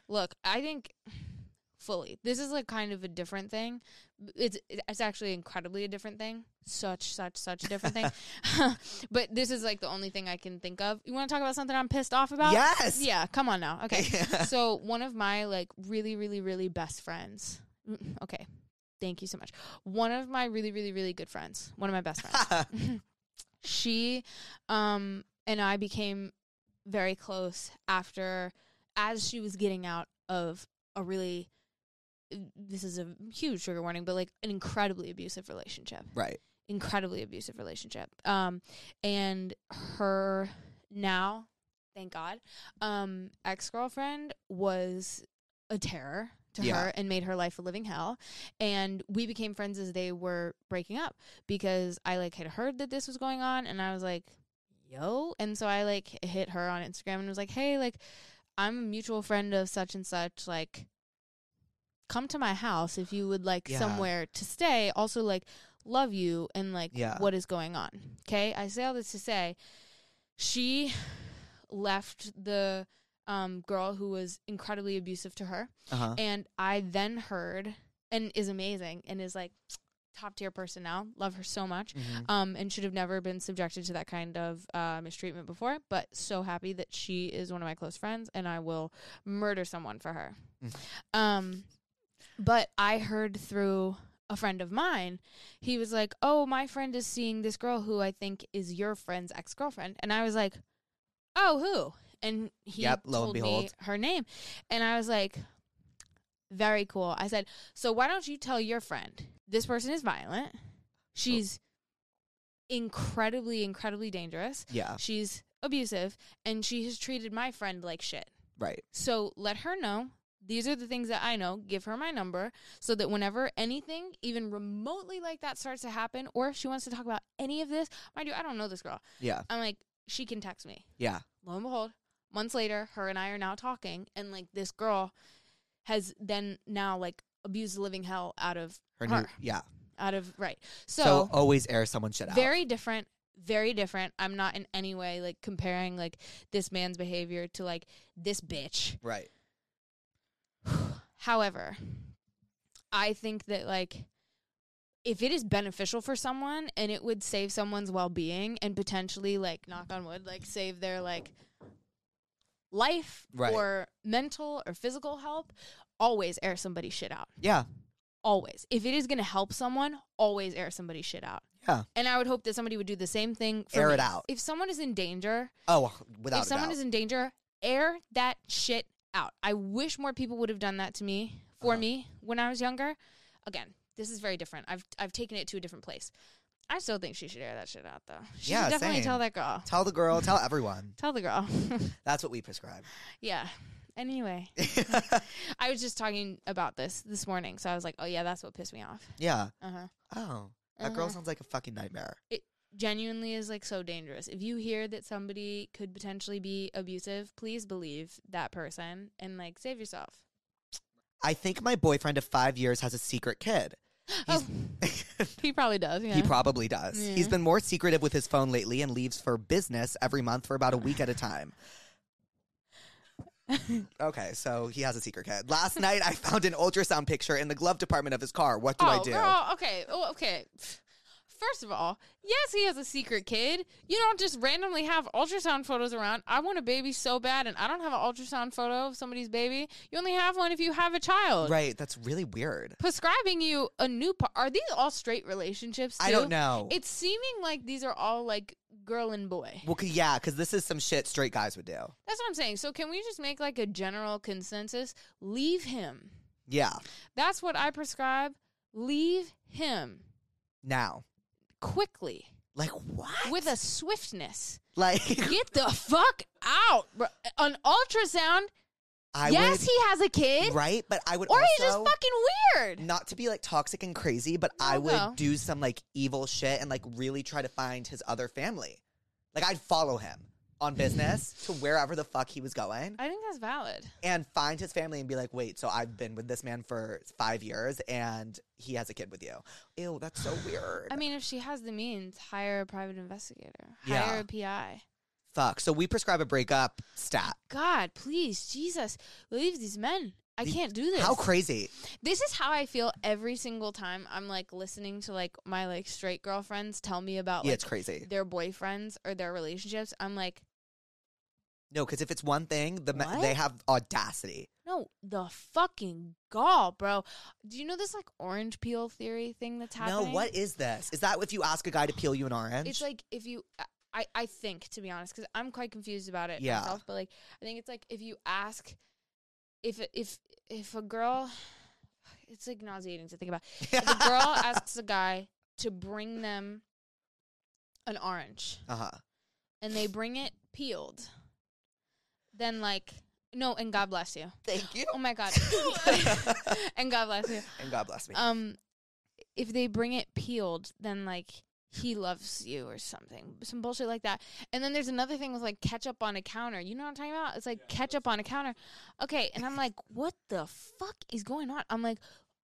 [SPEAKER 2] look i think fully this is like kind of a different thing it's it's actually incredibly a different thing such such such a different thing <laughs> but this is like the only thing i can think of you want to talk about something i'm pissed off about
[SPEAKER 1] yes.
[SPEAKER 2] yeah come on now
[SPEAKER 1] <laughs>
[SPEAKER 2] okay so one of my like really really really best friends Mm, okay thank you so much one of my really really really good friends one of my best
[SPEAKER 1] <laughs>
[SPEAKER 2] friends she um and i became very close after as she was getting out of a really this is a huge trigger warning but like an incredibly abusive relationship
[SPEAKER 1] right.
[SPEAKER 2] incredibly abusive relationship. Um, and her now, thank God, um, ex girlfriend was a terror to
[SPEAKER 1] Yeah.
[SPEAKER 2] her and made her life a living hell. And we became friends as they were breaking up because I like had heard that this was going on and I was like, yo. And so I like hit her on Instagram and was like, hey, like, I'm a mutual friend of such and such. Like, come to my house if you would like
[SPEAKER 1] Yeah.
[SPEAKER 2] somewhere to stay. Also, like, love you and like
[SPEAKER 1] Yeah.
[SPEAKER 2] what is going on. Okay. I say all this to say she left the um, girl who was incredibly abusive to her.
[SPEAKER 1] Uh huh.
[SPEAKER 2] And I then heard, and is amazing and is like top tier person now. Love her so much
[SPEAKER 1] Mm-hmm.
[SPEAKER 2] um, and should have never been subjected to that kind of uh, mistreatment before. But so happy that she is one of my close friends, and I will murder someone for her.
[SPEAKER 1] Mm.
[SPEAKER 2] Um, but I heard through a friend of mine, he was like, "Oh, my friend is seeing this girl who I think is your friend's ex girlfriend," and I was like, "Oh, who?" And he
[SPEAKER 1] Yep, lo and
[SPEAKER 2] told me
[SPEAKER 1] behold.
[SPEAKER 2] her name, and I was like. Very cool. I said, so why don't you tell your friend this person is violent? She's incredibly, incredibly dangerous.
[SPEAKER 1] Yeah.
[SPEAKER 2] She's abusive, and she has treated my friend like shit.
[SPEAKER 1] Right.
[SPEAKER 2] So let her know. These are the things that I know. Give her my number so that whenever anything, even remotely like that, starts to happen, or if she wants to talk about any of this, mind you, I don't know this girl.
[SPEAKER 1] Yeah.
[SPEAKER 2] I'm like, she can text me
[SPEAKER 1] Yeah.
[SPEAKER 2] lo and behold, months later, her and I are now talking, and like this girl has then now like abused the living hell out of
[SPEAKER 1] Her,
[SPEAKER 2] Her.
[SPEAKER 1] new. Yeah.
[SPEAKER 2] out of right.
[SPEAKER 1] So,
[SPEAKER 2] So,
[SPEAKER 1] always air someone's shit out.
[SPEAKER 2] very different, very different. I'm not in any way like comparing like this man's behavior to like this bitch.
[SPEAKER 1] right.
[SPEAKER 2] However, I think that like if it is beneficial for someone and it would save someone's well-being and potentially like knock on wood like save their like life
[SPEAKER 1] Right.
[SPEAKER 2] or mental or physical help, always air somebody's shit out.
[SPEAKER 1] Yeah.
[SPEAKER 2] Always. If it is going to help someone, always air somebody's shit out.
[SPEAKER 1] Yeah.
[SPEAKER 2] And I would hope that somebody would do the same thing for
[SPEAKER 1] Air
[SPEAKER 2] me.
[SPEAKER 1] it out.
[SPEAKER 2] If someone is in danger,
[SPEAKER 1] Oh, without
[SPEAKER 2] if someone
[SPEAKER 1] a doubt.
[SPEAKER 2] is in danger, air that shit out. I wish more people would have done that to me for
[SPEAKER 1] Uh-huh.
[SPEAKER 2] me when I was younger. Again, This is very different. I've I've taken it to a different place. I still think she should air that shit out though. She
[SPEAKER 1] Yeah,
[SPEAKER 2] should definitely
[SPEAKER 1] same.
[SPEAKER 2] tell that girl.
[SPEAKER 1] Tell the girl, tell everyone.
[SPEAKER 2] Tell the girl. <laughs>
[SPEAKER 1] That's what we prescribe. <laughs>
[SPEAKER 2] yeah. Anyway, I was just talking about this this morning, so I was like, "Oh yeah, that's what pissed me off."
[SPEAKER 1] yeah.
[SPEAKER 2] Uh huh.
[SPEAKER 1] Oh, that
[SPEAKER 2] Uh-huh.
[SPEAKER 1] girl sounds like a fucking nightmare.
[SPEAKER 2] genuinely is like so dangerous. If you hear that somebody could potentially be abusive, please believe that person and like save yourself.
[SPEAKER 1] I think my boyfriend of five years has a secret kid.
[SPEAKER 2] <gasps> Oh, he probably does. Yeah.
[SPEAKER 1] <laughs> He probably does. He's
[SPEAKER 2] Yeah.
[SPEAKER 1] been more secretive with his phone lately and leaves for business every month for about a week at a
[SPEAKER 2] <laughs>
[SPEAKER 1] time. okay, so he has a secret kid. Last night I found an ultrasound picture in the glove department of his car. What do
[SPEAKER 2] oh,
[SPEAKER 1] I do?
[SPEAKER 2] girl. Okay. Oh, okay. First of all, yes, he has a secret kid. You don't just randomly have ultrasound photos around. I want a baby so bad, and I don't have an ultrasound photo of somebody's baby. You only have one if you have a child.
[SPEAKER 1] Right, that's really weird.
[SPEAKER 2] Prescribing you a new par- are these all straight relationships?
[SPEAKER 1] I don't
[SPEAKER 2] too?
[SPEAKER 1] know.
[SPEAKER 2] It's seeming like these are all like girl and boy.
[SPEAKER 1] well, 'cause- yeah, because this is some shit straight guys would do.
[SPEAKER 2] That's what I'm saying. So can we just make like a general consensus? Leave him.
[SPEAKER 1] Yeah,
[SPEAKER 2] That's what I prescribe. Leave him
[SPEAKER 1] now.
[SPEAKER 2] quickly
[SPEAKER 1] Like, what?
[SPEAKER 2] with a swiftness.
[SPEAKER 1] Like, <laughs>
[SPEAKER 2] Get the fuck out. bro. An ultrasound.
[SPEAKER 1] I
[SPEAKER 2] yes,
[SPEAKER 1] would.
[SPEAKER 2] he has a kid.
[SPEAKER 1] right? But I would
[SPEAKER 2] Or
[SPEAKER 1] also.
[SPEAKER 2] he's just Oh, fucking weird.
[SPEAKER 1] not to be like toxic and crazy, but I
[SPEAKER 2] No,
[SPEAKER 1] would
[SPEAKER 2] no.
[SPEAKER 1] do some like evil shit and like really try to find his other family. Like I'd follow him on
[SPEAKER 2] <laughs>
[SPEAKER 1] business to wherever the fuck he was going
[SPEAKER 2] I think that's valid.
[SPEAKER 1] and find his family and be like, wait, so I've been with this man for five years and he has a kid with you. Ew, that's so weird.
[SPEAKER 2] I mean, if she has the means, hire a private investigator.
[SPEAKER 1] Yeah.
[SPEAKER 2] Hire a PI.
[SPEAKER 1] fuck. So we prescribe a breakup stat.
[SPEAKER 2] God, please, Jesus, leave these men. I
[SPEAKER 1] The-
[SPEAKER 2] can't do this.
[SPEAKER 1] How crazy.
[SPEAKER 2] This is how I feel every single time I'm like listening to like my like straight girlfriends tell me about
[SPEAKER 1] yeah,
[SPEAKER 2] like
[SPEAKER 1] it's crazy.
[SPEAKER 2] their boyfriends or their relationships. I'm like,
[SPEAKER 1] No, because if it's one thing, the ma-
[SPEAKER 2] What?
[SPEAKER 1] they have audacity.
[SPEAKER 2] no, the fucking gall, bro. Do you know this like orange peel theory thing that's happening?
[SPEAKER 1] No, what is this? Is that if you ask a guy to peel you an orange? <laughs>
[SPEAKER 2] It's like if you, uh, I, I think to be honest, because I'm quite confused about it
[SPEAKER 1] Yeah.
[SPEAKER 2] myself. But like, I think it's like if you ask, if if if a girl, <sighs> it's like nauseating to think about. If a
[SPEAKER 1] <laughs>
[SPEAKER 2] girl asks a guy to bring them an orange.
[SPEAKER 1] uh huh.
[SPEAKER 2] and they bring it peeled, then like no, and God bless you.
[SPEAKER 1] Thank you.
[SPEAKER 2] Oh my God, <laughs> and God bless you.
[SPEAKER 1] <laughs> and God bless me.
[SPEAKER 2] Um, if they bring it peeled, then like he loves you or something, some bullshit like that. And then there's another thing with like ketchup on a counter. You know what I'm talking about? It's like ketchup on a counter. Okay, and I'm like, what the fuck is going on? I'm like,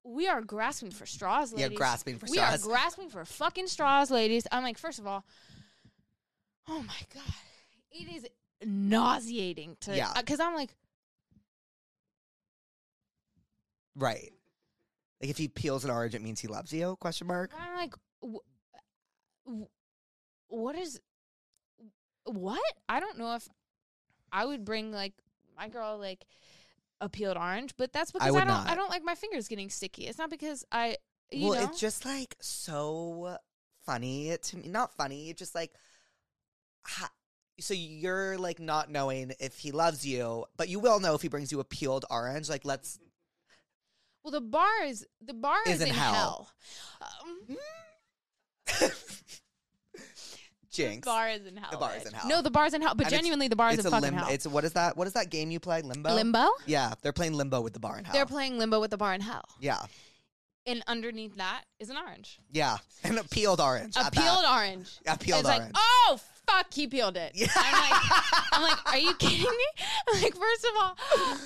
[SPEAKER 2] we are grasping for straws,
[SPEAKER 1] yeah,
[SPEAKER 2] ladies.
[SPEAKER 1] grasping for
[SPEAKER 2] we are
[SPEAKER 1] straws.
[SPEAKER 2] grasping for fucking straws, ladies. I'm like, first of all, oh my god, it is nauseating to
[SPEAKER 1] Yeah.
[SPEAKER 2] because I'm like,
[SPEAKER 1] right. Like if he peels an orange, it means he loves you? Question mark.
[SPEAKER 2] I'm like, w- w- what is what? I don't know if I would bring like my girl like a peeled orange, but that's because I,
[SPEAKER 1] would
[SPEAKER 2] don't
[SPEAKER 1] not.
[SPEAKER 2] I don't like my fingers getting sticky. It's not because I you
[SPEAKER 1] well,
[SPEAKER 2] know
[SPEAKER 1] it's just like so funny to me. Not funny, just like. Ha- so you're like not knowing if he loves you, but you will know if he brings you a peeled orange. Like, let's.
[SPEAKER 2] well the bar is the bar is, in, hell. Um,
[SPEAKER 1] Jinx.
[SPEAKER 2] bar is in hell.
[SPEAKER 1] The bar is
[SPEAKER 2] Rich.
[SPEAKER 1] in hell.
[SPEAKER 2] No, the bar is in hell.
[SPEAKER 1] And
[SPEAKER 2] But
[SPEAKER 1] it's-
[SPEAKER 2] genuinely, the bar is
[SPEAKER 1] it's
[SPEAKER 2] in
[SPEAKER 1] a
[SPEAKER 2] fucking
[SPEAKER 1] limbo.
[SPEAKER 2] hell.
[SPEAKER 1] It's what is that? What is that game you play? Limbo.
[SPEAKER 2] limbo.
[SPEAKER 1] Yeah, they're playing limbo with the bar in hell.
[SPEAKER 2] They're playing limbo with the bar in hell,
[SPEAKER 1] yeah,
[SPEAKER 2] and underneath that is an orange,
[SPEAKER 1] yeah, and a peeled orange.
[SPEAKER 2] a
[SPEAKER 1] at that.
[SPEAKER 2] peeled orange.
[SPEAKER 1] A peeled
[SPEAKER 2] it's
[SPEAKER 1] orange.
[SPEAKER 2] like, oh fuck, he peeled it.
[SPEAKER 1] Yeah. <laughs>
[SPEAKER 2] I'm like, I'm like, are you kidding me? <laughs> I'm like, first of all,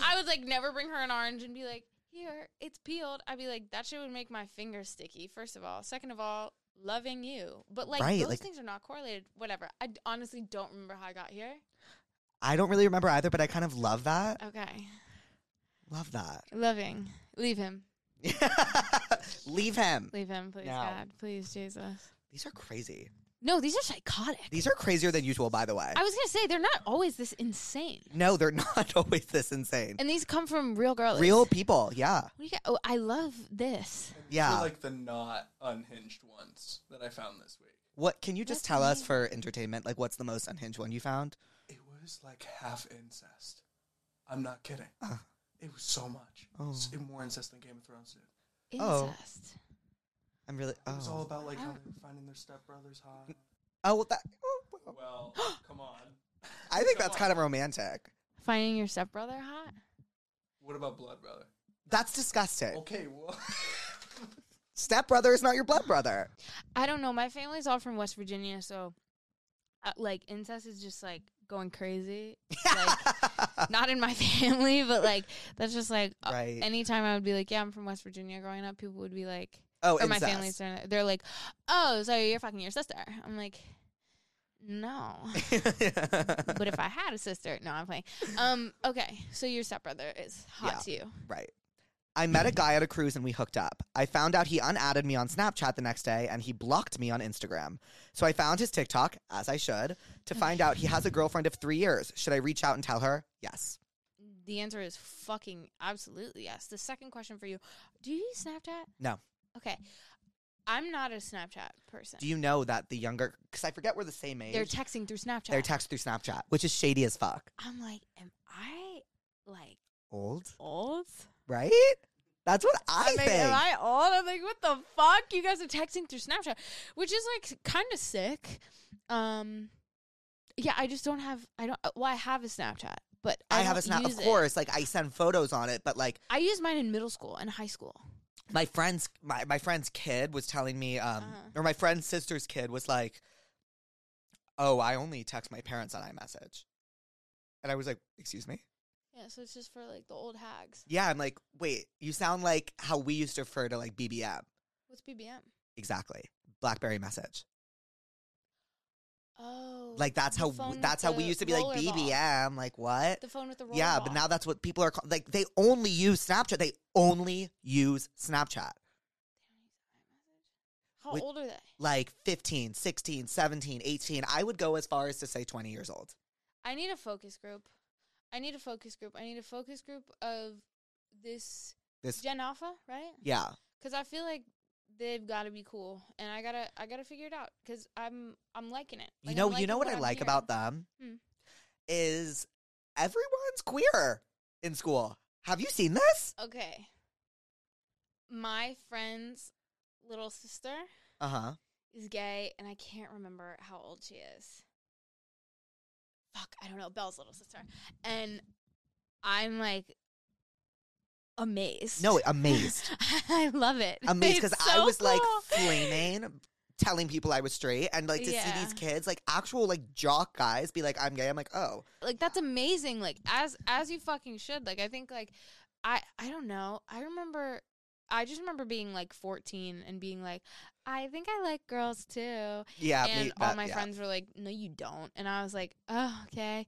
[SPEAKER 2] I would like never bring her an orange and be like, here, it's peeled. I'd be like, that shit would make my fingers sticky. First of all, second of all, loving you, but like
[SPEAKER 1] Right,
[SPEAKER 2] those
[SPEAKER 1] like-
[SPEAKER 2] things are not correlated. Whatever. I d- honestly don't remember how I got here.
[SPEAKER 1] I don't really remember either, but I kind of love that.
[SPEAKER 2] Okay,
[SPEAKER 1] Love that. <laughs>
[SPEAKER 2] loving. Leave him.
[SPEAKER 1] Leave him.
[SPEAKER 2] Leave him, please,
[SPEAKER 1] Now.
[SPEAKER 2] God. Please, Jesus.
[SPEAKER 1] These are crazy.
[SPEAKER 2] No, these are psychotic.
[SPEAKER 1] These are crazier than usual, by the way.
[SPEAKER 2] I was going to say, they're not always this insane.
[SPEAKER 1] no, they're <laughs> not always this insane.
[SPEAKER 2] And these come from real girlies.
[SPEAKER 1] Real people. Yeah.
[SPEAKER 2] What do you got? Oh, I love this.
[SPEAKER 3] These
[SPEAKER 1] Yeah.
[SPEAKER 3] are like the not unhinged ones that I found this week.
[SPEAKER 1] What can you just
[SPEAKER 2] That's
[SPEAKER 1] tell us
[SPEAKER 2] amazing.
[SPEAKER 1] for entertainment? Like, what's the most unhinged one you found?
[SPEAKER 3] It was like half incest. I'm not kidding.
[SPEAKER 1] Ah.
[SPEAKER 3] It was so much.
[SPEAKER 1] Oh.
[SPEAKER 3] S- more incest than Game of Thrones did.
[SPEAKER 1] Oh.
[SPEAKER 2] Incest.
[SPEAKER 1] I'm really.
[SPEAKER 3] It was
[SPEAKER 1] Oh,
[SPEAKER 3] all about like how
[SPEAKER 2] Oh.
[SPEAKER 3] they were finding their stepbrothers
[SPEAKER 1] <laughs>
[SPEAKER 3] hot.
[SPEAKER 1] oh, well, that, oh, well,
[SPEAKER 3] Well, come on.
[SPEAKER 1] I think
[SPEAKER 3] Come
[SPEAKER 1] that's kind
[SPEAKER 3] on.
[SPEAKER 1] of romantic.
[SPEAKER 2] Finding your stepbrother hot?
[SPEAKER 3] What about blood brother?
[SPEAKER 1] That's disgusting.
[SPEAKER 3] Okay, well, <laughs>
[SPEAKER 1] Stepbrother is not your blood brother.
[SPEAKER 2] I don't know. My family's all from West Virginia, so uh, like incest is just like going
[SPEAKER 1] <laughs>
[SPEAKER 2] crazy. Like not in my family, but like that's just like uh,
[SPEAKER 1] Right.
[SPEAKER 2] anytime I would be like, yeah, I'm from West Virginia. Growing up, people would be like,
[SPEAKER 1] oh,
[SPEAKER 2] or
[SPEAKER 1] incest.
[SPEAKER 2] my family's they're, they're like, oh, so you're fucking your sister? I'm like, no. <laughs>
[SPEAKER 1] <laughs>
[SPEAKER 2] but if I had a sister, no, I'm playing. Um, okay, so your stepbrother is hot to you.
[SPEAKER 1] Right. I met a guy at a cruise and we hooked up. I found out he unadded me on Snapchat the next day and he blocked me on Instagram. So I found his TikTok, as I should, to find out he has a girlfriend of three years. Should I reach out and tell her? Yes.
[SPEAKER 2] The answer is fucking absolutely yes. The second question for you: Do you use Snapchat?
[SPEAKER 1] No.
[SPEAKER 2] Okay, I'm not a Snapchat person.
[SPEAKER 1] Do you know that the younger, because I forget we're the same age,
[SPEAKER 2] They're texting through Snapchat.
[SPEAKER 1] they're text through Snapchat, which is shady as fuck.
[SPEAKER 2] I'm like, am I like
[SPEAKER 1] Old,
[SPEAKER 2] old?
[SPEAKER 1] right? That's what I,
[SPEAKER 2] I'm like,
[SPEAKER 1] think.
[SPEAKER 2] am I old? I'm like, what the fuck? You guys are texting through Snapchat, which is like kind of sick. Um, yeah, I just don't have. I don't. Well, I have a Snapchat, but I,
[SPEAKER 1] I have a
[SPEAKER 2] don't
[SPEAKER 1] snap, of
[SPEAKER 2] use it.
[SPEAKER 1] course. Like I send photos on it, but like
[SPEAKER 2] I used mine in middle school and high school.
[SPEAKER 1] my friend's my, my friend's kid was telling me um
[SPEAKER 2] Uh-huh.
[SPEAKER 1] or my friend's sister's kid was like oh i only text my parents on imessage and i was like excuse me
[SPEAKER 2] Yeah, so it's just for like the old hags.
[SPEAKER 1] yeah i'm like wait you sound like how we used to refer to like bbm
[SPEAKER 2] What's BBM?
[SPEAKER 1] exactly blackberry message
[SPEAKER 2] Oh,
[SPEAKER 1] like that's
[SPEAKER 2] the
[SPEAKER 1] how
[SPEAKER 2] phone
[SPEAKER 1] w-
[SPEAKER 2] with
[SPEAKER 1] that's how we
[SPEAKER 2] the
[SPEAKER 1] used to be like
[SPEAKER 2] roller ball.
[SPEAKER 1] bbm like what
[SPEAKER 2] The phone with the roller
[SPEAKER 1] yeah but
[SPEAKER 2] ball.
[SPEAKER 1] now that's what people are call- like they only use snapchat they only use snapchat
[SPEAKER 2] How
[SPEAKER 1] Wait-
[SPEAKER 2] old are they?
[SPEAKER 1] like 15 16 17 18 i would go as far as to say 20 years old
[SPEAKER 2] I need a focus group. I need a focus group. I need a focus group of this
[SPEAKER 1] This-
[SPEAKER 2] Gen Alpha, right?
[SPEAKER 1] yeah
[SPEAKER 2] Because I feel like they've got to be cool, and I gotta I gotta figure it out because I'm I'm liking it.
[SPEAKER 1] you know, you know what I like about them
[SPEAKER 2] Hmm.
[SPEAKER 1] is everyone's queer in school. Have you seen this?
[SPEAKER 2] that. Okay, my friend's little sister
[SPEAKER 1] Uh huh.
[SPEAKER 2] Uh-huh. is gay, and I can't remember how old she is. Fuck, I don't know. Belle's little sister, and I'm like amazed. <laughs>
[SPEAKER 1] No, amazed,
[SPEAKER 2] I love it.
[SPEAKER 1] amazed
[SPEAKER 2] It's
[SPEAKER 1] because I
[SPEAKER 2] so
[SPEAKER 1] was like
[SPEAKER 2] cool.
[SPEAKER 1] flaming, telling people I was straight, and like to see
[SPEAKER 2] Yeah.
[SPEAKER 1] these kids, like actual like jock guys, be like, "I'm gay." I'm like, "Oh,
[SPEAKER 2] like that's amazing. Like as as you fucking should. Like I think like I I don't know. I remember I just remember being like 14 and being like I think I like girls too.
[SPEAKER 1] yeah."
[SPEAKER 2] and
[SPEAKER 1] me-
[SPEAKER 2] all
[SPEAKER 1] that-
[SPEAKER 2] my
[SPEAKER 1] yeah.
[SPEAKER 2] friends were like no you don't. And I was like, "Oh, okay."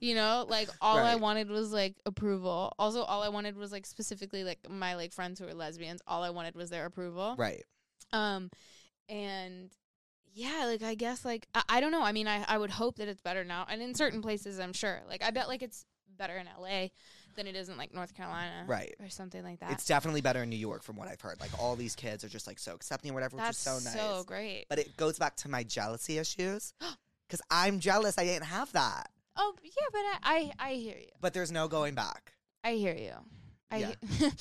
[SPEAKER 2] You know, like all I
[SPEAKER 1] Right.
[SPEAKER 2] wanted was like approval. Also all I wanted was like specifically like my like friends who were lesbians, all I wanted was their approval.
[SPEAKER 1] <laughs>
[SPEAKER 2] <laughs>
[SPEAKER 1] right.
[SPEAKER 2] Um, and yeah, like I guess like I, I don't know. I mean, I I would hope that it's better now, and in certain places, I'm sure. Like I bet like it's better in L.A. than it is in like North Carolina,
[SPEAKER 1] Right.
[SPEAKER 2] or something like that.
[SPEAKER 1] It's definitely better in New York, from what I've heard. Like all these kids are just like so accepting, or whatever,
[SPEAKER 2] That's
[SPEAKER 1] which is so nice.
[SPEAKER 2] great.
[SPEAKER 1] but it goes back to my jealousy
[SPEAKER 2] <gasps>
[SPEAKER 1] issues because I'm jealous. I didn't have that.
[SPEAKER 2] oh yeah, but I, I I hear you.
[SPEAKER 1] But there's no going back.
[SPEAKER 2] I hear you. I
[SPEAKER 1] Yeah.
[SPEAKER 2] he- <laughs>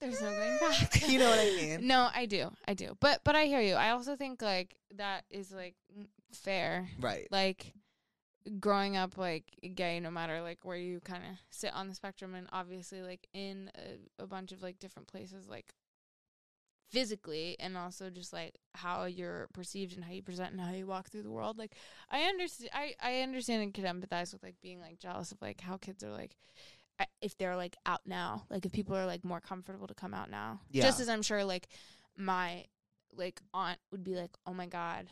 [SPEAKER 2] there's no going back.
[SPEAKER 1] <laughs> You know what I mean?
[SPEAKER 2] No, I do, I do. But but I hear you. I also think like that is like fair.
[SPEAKER 1] Right.
[SPEAKER 2] like growing up like gay no matter like where you kind of sit on the spectrum and obviously like in a, a bunch of like different places like physically and also just like how you're perceived and how you present and how you walk through the world like i understand i i understand and can empathize with like being like jealous of like how kids are like I- if they're like out now like if people are like more comfortable to come out now just
[SPEAKER 1] Yeah.
[SPEAKER 2] as i'm sure like my like aunt would be like oh my god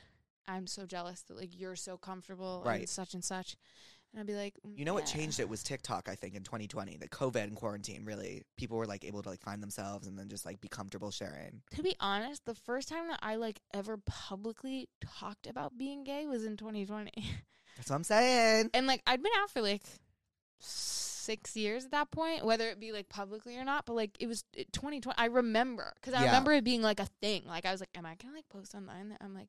[SPEAKER 2] i'm so jealous that like you're so comfortable
[SPEAKER 1] Right.
[SPEAKER 2] and such and such and i'd be like "Mm,
[SPEAKER 1] You know what
[SPEAKER 2] yeah."
[SPEAKER 1] changed it was TikTok, I think, in 2020. The COVID and quarantine really people were like able to like find themselves and then just like be comfortable sharing.
[SPEAKER 2] to be honest the first time that i like ever publicly talked about being gay was in 2020
[SPEAKER 1] That's what I'm saying.
[SPEAKER 2] <laughs>
[SPEAKER 1] <laughs>
[SPEAKER 2] and like I'd been out for like six years at that point, whether it be like publicly or not. But like it was it- 2020. I remember because I
[SPEAKER 1] Yeah.
[SPEAKER 2] remember it being like a thing. Like I was like, am I gonna like post online that I'm like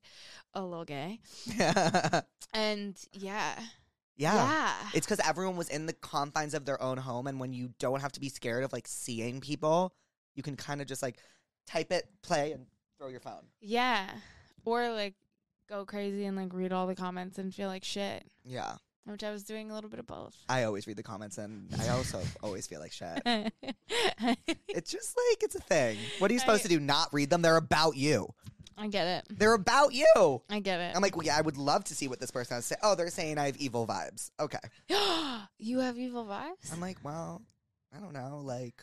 [SPEAKER 2] a little gay?
[SPEAKER 1] yeah.
[SPEAKER 2] And yeah,
[SPEAKER 1] yeah.
[SPEAKER 2] yeah,
[SPEAKER 1] It's because everyone was in the confines of their own home. And when you don't have to be scared of like seeing people, you can kind of just like type it, play, and throw your phone.
[SPEAKER 2] Yeah. Or like go crazy and like read all the comments and feel like shit,
[SPEAKER 1] Yeah.
[SPEAKER 2] which I was doing a little bit of both.
[SPEAKER 1] I always read the comments and I also
[SPEAKER 2] <laughs>
[SPEAKER 1] always feel like shit.
[SPEAKER 2] I
[SPEAKER 1] It's just like, it's a thing. What are you supposed to
[SPEAKER 2] I-
[SPEAKER 1] do? Not read them? They're about you.
[SPEAKER 2] get it.
[SPEAKER 1] They're about you.
[SPEAKER 2] I get it.
[SPEAKER 1] I'm like, well, yeah, I would love to see what this person has to say. Oh, they're saying I have evil vibes. Okay.
[SPEAKER 2] <gasps> you have evil vibes?
[SPEAKER 1] I'm like, well, I don't know. Like,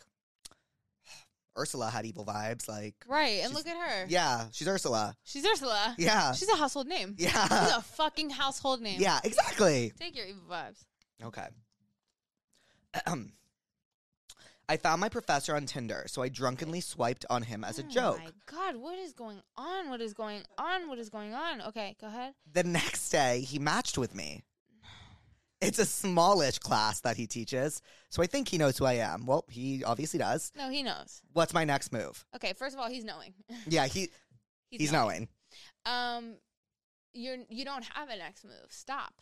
[SPEAKER 1] <sighs> Ursula had evil vibes. Like,
[SPEAKER 2] right.
[SPEAKER 1] she's-
[SPEAKER 2] And look at her.
[SPEAKER 1] yeah, she's
[SPEAKER 2] <laughs>
[SPEAKER 1] Ursula.
[SPEAKER 2] She's Ursula.
[SPEAKER 1] Yeah.
[SPEAKER 2] She's a household name. She's
[SPEAKER 1] Yeah.
[SPEAKER 2] a fucking household name.
[SPEAKER 1] Yeah, exactly.
[SPEAKER 2] Take your evil vibes.
[SPEAKER 1] Okay. <clears throat> I found my professor on Tinder, so I drunkenly swiped on him as a
[SPEAKER 2] Oh
[SPEAKER 1] joke.
[SPEAKER 2] my God, what is going on? What is going on? What is going on? Okay, go ahead.
[SPEAKER 1] The next day, he matched with me. It's a smallish class that he teaches, so I think he knows who I am. Well, he obviously does.
[SPEAKER 2] No, he knows.
[SPEAKER 1] What's my next move?
[SPEAKER 2] Okay, first of all, he's knowing. <laughs>
[SPEAKER 1] Yeah, he he's, knowing.
[SPEAKER 2] Um, you're you don't have an next move. Stop.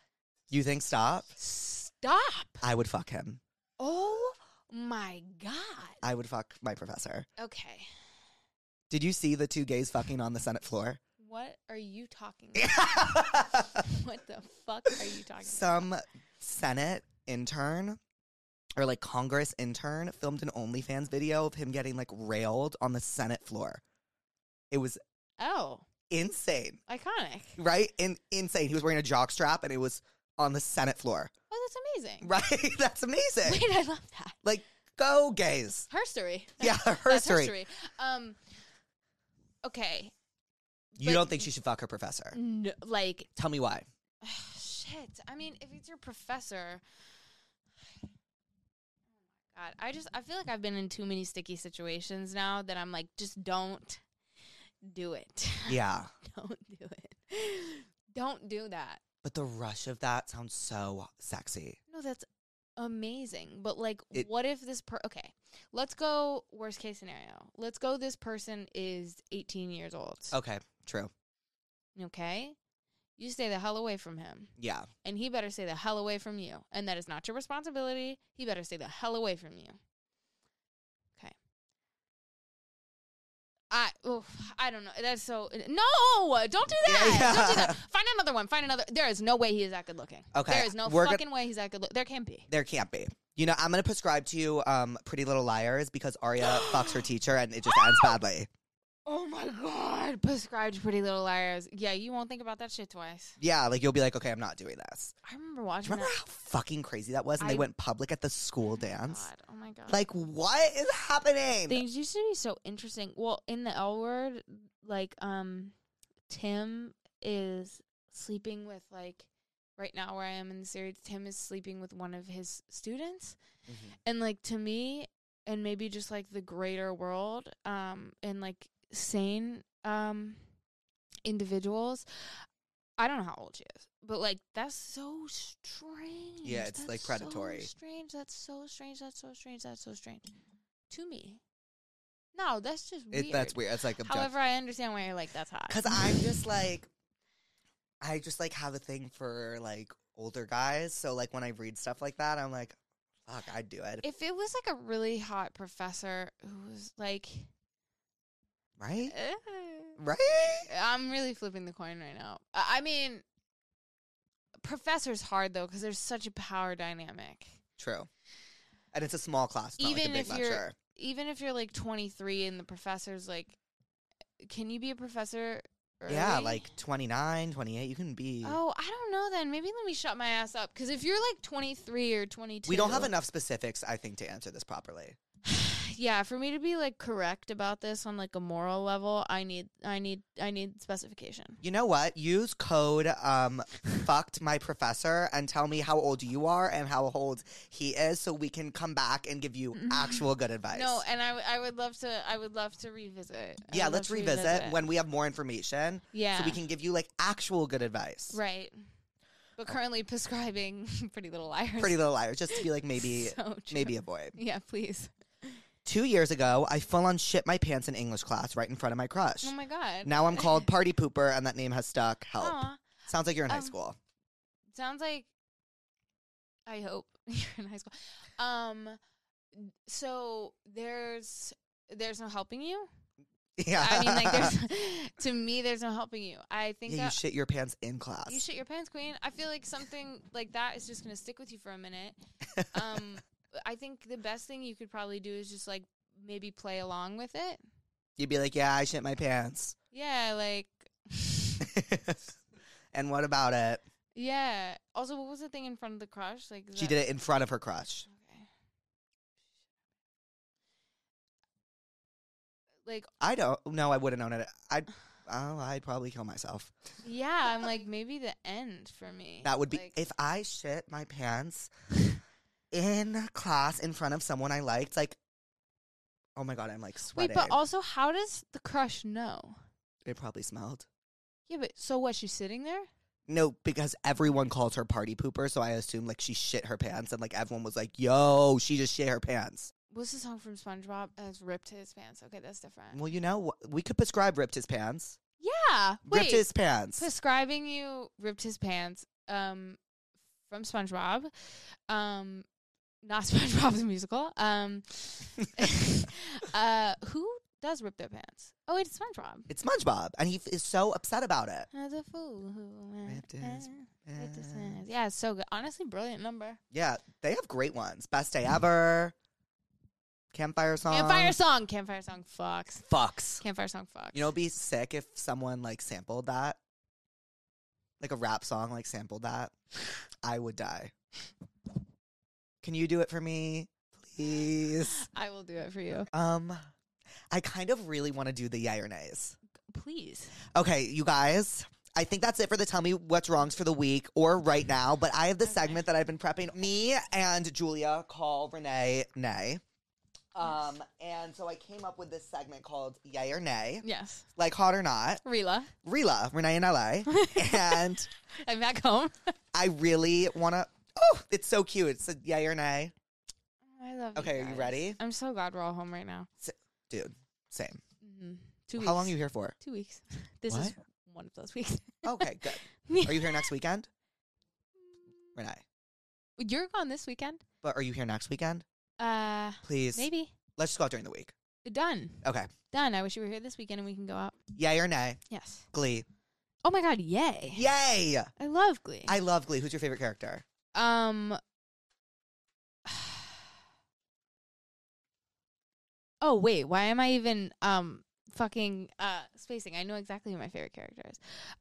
[SPEAKER 1] You think stop?
[SPEAKER 2] Stop.
[SPEAKER 1] I would fuck him.
[SPEAKER 2] Oh my God.
[SPEAKER 1] I would fuck my professor.
[SPEAKER 2] Okay,
[SPEAKER 1] Did you see the two gays fucking on the Senate
[SPEAKER 2] <laughs>
[SPEAKER 1] floor?
[SPEAKER 2] what are you talking?
[SPEAKER 1] <laughs>
[SPEAKER 2] about? what the fuck are you talking?
[SPEAKER 1] Some Senate intern or like Congress intern filmed an OnlyFans video of him getting like railed on the Senate floor. It was
[SPEAKER 2] about? Oh,
[SPEAKER 1] insane,
[SPEAKER 2] iconic.
[SPEAKER 1] right? In- insane. He was wearing a jock strap and it was on the Senate floor, <laughs>
[SPEAKER 2] Oh, that's amazing.
[SPEAKER 1] right? That's amazing.
[SPEAKER 2] <laughs> Wait, I love that.
[SPEAKER 1] Like, go gays.
[SPEAKER 2] Her story.
[SPEAKER 1] Yeah,
[SPEAKER 2] <laughs> That's
[SPEAKER 1] herstory.
[SPEAKER 2] story. Um. Okay.
[SPEAKER 1] You
[SPEAKER 2] But- Mm.
[SPEAKER 1] don't think she should fuck her professor?
[SPEAKER 2] No, like <sighs>
[SPEAKER 1] Tell me why.
[SPEAKER 2] shit. I mean, if it's your professor, <sighs> oh my god. I just I feel like I've been in too many sticky situations now that I'm like, just don't do it.
[SPEAKER 1] Yeah.
[SPEAKER 2] <laughs> don't do it. Don't do that.
[SPEAKER 1] But the rush of that sounds so sexy.
[SPEAKER 2] No, that's amazing. But like,
[SPEAKER 1] It-
[SPEAKER 2] what if this per? Okay, let's go worst case scenario. Let's go. This person is 18 years old.
[SPEAKER 1] Okay, true.
[SPEAKER 2] Okay. You stay the hell away from him.
[SPEAKER 1] Yeah.
[SPEAKER 2] and he better stay the hell away from you. And that is not your responsibility. He better stay the hell away from you. Okay. I oof, I don't know. That's so no. Don't do that.
[SPEAKER 1] Yeah,
[SPEAKER 2] Don't do
[SPEAKER 1] yeah.
[SPEAKER 2] that. Find another one. Find another. There is no way he is that good looking.
[SPEAKER 1] Okay,
[SPEAKER 2] There is no
[SPEAKER 1] we're gonna-
[SPEAKER 2] fucking way he's that good. Look- there can't be.
[SPEAKER 1] There can't be. You know, I'm gonna prescribe to you um Pretty Little Liars because <gasps> Arya fucks her teacher and it just ends badly.
[SPEAKER 2] Oh my god. Prescribed Pretty Little Liars. Yeah, you won't think about that shit twice.
[SPEAKER 1] Yeah, like you'll be like, okay, I'm not doing this.
[SPEAKER 2] I remember
[SPEAKER 1] Do
[SPEAKER 2] watching
[SPEAKER 1] you remember
[SPEAKER 2] that.
[SPEAKER 1] how fucking crazy that was? And
[SPEAKER 2] I-
[SPEAKER 1] they went public at the school dance.
[SPEAKER 2] God, oh my god.
[SPEAKER 1] Like, what is happening?
[SPEAKER 2] Things used to be so interesting. Well, in the L word, like um Tim is sleeping with like right now where I am in the series, Tim is sleeping with one of his students.
[SPEAKER 1] Mhm.
[SPEAKER 2] And like to me, and maybe just like the greater world, um, and like sane um individuals. I don't know how old she is, but like that's so strange.
[SPEAKER 1] Yeah, it's, like,
[SPEAKER 2] That's so
[SPEAKER 1] predatory.
[SPEAKER 2] strange. That's so strange. That's so strange. That's so strange. To me, no, that's just weird.
[SPEAKER 1] It, that's weird. It's like
[SPEAKER 2] However, I understand why you're like that's hot.
[SPEAKER 1] because I'm just like, I just like have a thing for like older guys. So like when I read stuff like that, I'm like, fuck, I'd do it,
[SPEAKER 2] if it was like a really hot professor who was
[SPEAKER 1] <laughs>
[SPEAKER 2] like,
[SPEAKER 1] right?
[SPEAKER 2] "Eh,
[SPEAKER 1] Right?
[SPEAKER 2] I'm really flipping the coin right now. I I mean, professor's hard though because there's such a power dynamic.
[SPEAKER 1] True. And it's a small class, it's not
[SPEAKER 2] Even
[SPEAKER 1] like a big
[SPEAKER 2] if you're-
[SPEAKER 1] lecture.
[SPEAKER 2] Even if you're like 23 and the professor's like, "Can you be a professor?"
[SPEAKER 1] Yeah,
[SPEAKER 2] early?"
[SPEAKER 1] like 29, 28, you can be.
[SPEAKER 2] Oh, I don't know. Then maybe let me shut my ass up because if you're like 23 or 22,
[SPEAKER 1] we don't have enough specifics, I think, to answer this properly.
[SPEAKER 2] <sighs> Yeah, for me to be like correct about this on like a moral level, I need, I need, I need specification.
[SPEAKER 1] You know what? Use code
[SPEAKER 2] <laughs>
[SPEAKER 1] um, fucked my professor and tell me how old you are and how old he is so we can come back and give
[SPEAKER 2] <laughs>
[SPEAKER 1] you actual good advice.
[SPEAKER 2] No, and I, w- I would love to, I would love to revisit. I
[SPEAKER 1] yeah,
[SPEAKER 2] would love
[SPEAKER 1] let's
[SPEAKER 2] to
[SPEAKER 1] revisit, when we have more information
[SPEAKER 2] yeah,
[SPEAKER 1] so we can give you like actual good advice.
[SPEAKER 2] Right. But currently prescribing <laughs> Pretty Little Liars.
[SPEAKER 1] Oh. Pretty little liars, just to be like maybe
[SPEAKER 2] <laughs> So true.
[SPEAKER 1] maybe avoid.
[SPEAKER 2] Yeah, please.
[SPEAKER 1] Two years ago, I full on shit my pants in English class right in front of my crush.
[SPEAKER 2] Oh my God.
[SPEAKER 1] Now I'm
[SPEAKER 2] <laughs>
[SPEAKER 1] called Party Pooper, and that name has stuck. Help.
[SPEAKER 2] Aw,
[SPEAKER 1] Sounds like you're in high
[SPEAKER 2] Um,
[SPEAKER 1] school. <laughs>
[SPEAKER 2] sounds like. I hope <laughs> you're in high school. Um, so there's there's no helping you.
[SPEAKER 1] Yeah.
[SPEAKER 2] I mean,
[SPEAKER 1] <laughs>
[SPEAKER 2] like, there's <laughs> to me, there's no helping you. I think
[SPEAKER 1] yeah, you
[SPEAKER 2] that
[SPEAKER 1] shit your pants in class.
[SPEAKER 2] you shit your pants, queen. I feel like something like that is just gonna stick with you for
[SPEAKER 1] <laughs>
[SPEAKER 2] a minute. Um, I think the best thing you could probably do is just like maybe play along with it.
[SPEAKER 1] You'd be like, yeah, I shit my pants. <laughs>
[SPEAKER 2] Yeah, like.
[SPEAKER 1] and what about it?
[SPEAKER 2] Yeah. Also, what was the thing in front of the crush? Like
[SPEAKER 1] She did it in front of her crush.
[SPEAKER 2] Okay. Like
[SPEAKER 1] I don't. No, I wouldn't own it. I'd. Oh, I'd probably kill myself.
[SPEAKER 2] yeah, I'm like maybe the end for me.
[SPEAKER 1] That would be
[SPEAKER 2] Like,
[SPEAKER 1] if I shit my pants in class in front of someone I liked. Like, oh my god, I'm like
[SPEAKER 2] wait,
[SPEAKER 1] sweating.
[SPEAKER 2] but also how does the crush know?
[SPEAKER 1] it probably smelled.
[SPEAKER 2] Yeah, but so what? She's sitting there.
[SPEAKER 1] No, because everyone calls her party pooper, so I assume like she shit her pants, and like everyone was like, "Yo, she just shit her pants."
[SPEAKER 2] What's the song from SpongeBob? Has ripped his pants. Okay, that's different.
[SPEAKER 1] Well, you know, wh- we could prescribe ripped his pants.
[SPEAKER 2] yeah, wait.
[SPEAKER 1] ripped his pants.
[SPEAKER 2] prescribing you ripped his pants. Um, from SpongeBob. Um, not <laughs> SpongeBob the musical. Um, <laughs> uh, who does rip their pants? Oh, wait, it's SpongeBob.
[SPEAKER 1] <laughs> it's SpongeBob, and he f- is so upset about it.
[SPEAKER 2] As a fool who went
[SPEAKER 1] Ripped his
[SPEAKER 2] and ripped his pants. Yeah, it's so good. Honestly, brilliant number.
[SPEAKER 1] Yeah, they have great ones. Best day ever. Campfire song.
[SPEAKER 2] Mm. Campfire song. Campfire song. Fox.
[SPEAKER 1] Fucks.
[SPEAKER 2] Campfire song. Fox.
[SPEAKER 1] You know, it'd be sick if someone like sampled that, like a rap song, like sampled that. I would die. Can you do it for me, please?
[SPEAKER 2] I will do it for you.
[SPEAKER 1] Um, I kind of really want to do the yay or nays.
[SPEAKER 2] Please.
[SPEAKER 1] Okay, you guys. I think that's it for the tell me what's wrongs for the week or right now. But I have the
[SPEAKER 2] Okay.
[SPEAKER 1] segment that I've been prepping. Me and Julia call Renee Nay. Um, and so I came up with this segment called Yay or Nay,
[SPEAKER 2] Yes.
[SPEAKER 1] like hot or not.
[SPEAKER 2] Rila.
[SPEAKER 1] Rila, Renee in
[SPEAKER 2] <laughs>
[SPEAKER 1] LA. and
[SPEAKER 2] I'm back home.
[SPEAKER 1] I really wanna Oh, it's so cute. It's a yay or nay.
[SPEAKER 2] Oh, I love
[SPEAKER 1] Okay, are you
[SPEAKER 2] guys.
[SPEAKER 1] ready?
[SPEAKER 2] I'm so glad we're all home right now.
[SPEAKER 1] Dude, same.
[SPEAKER 2] Mm-hmm. Two weeks.
[SPEAKER 1] How long are you here for?
[SPEAKER 2] Two weeks. <laughs> This is one of those weeks.
[SPEAKER 1] Okay,
[SPEAKER 2] <laughs>
[SPEAKER 1] good. <laughs> Are you here next weekend? Renee.
[SPEAKER 2] You're gone this weekend?
[SPEAKER 1] But are you here next weekend?
[SPEAKER 2] Uh,
[SPEAKER 1] Please.
[SPEAKER 2] maybe.
[SPEAKER 1] Let's just go out during the week.
[SPEAKER 2] Done.
[SPEAKER 1] Okay.
[SPEAKER 2] Done. I wish you were here this weekend and we can go out.
[SPEAKER 1] Yay or nay?
[SPEAKER 2] Yes.
[SPEAKER 1] Glee.
[SPEAKER 2] Oh my God. Yay.
[SPEAKER 1] Yay!
[SPEAKER 2] I love Glee.
[SPEAKER 1] I love Glee. Who's your favorite character?
[SPEAKER 2] Um. <sighs> Oh wait, why am I even um fucking uh spacing? I know exactly who my favorite character is.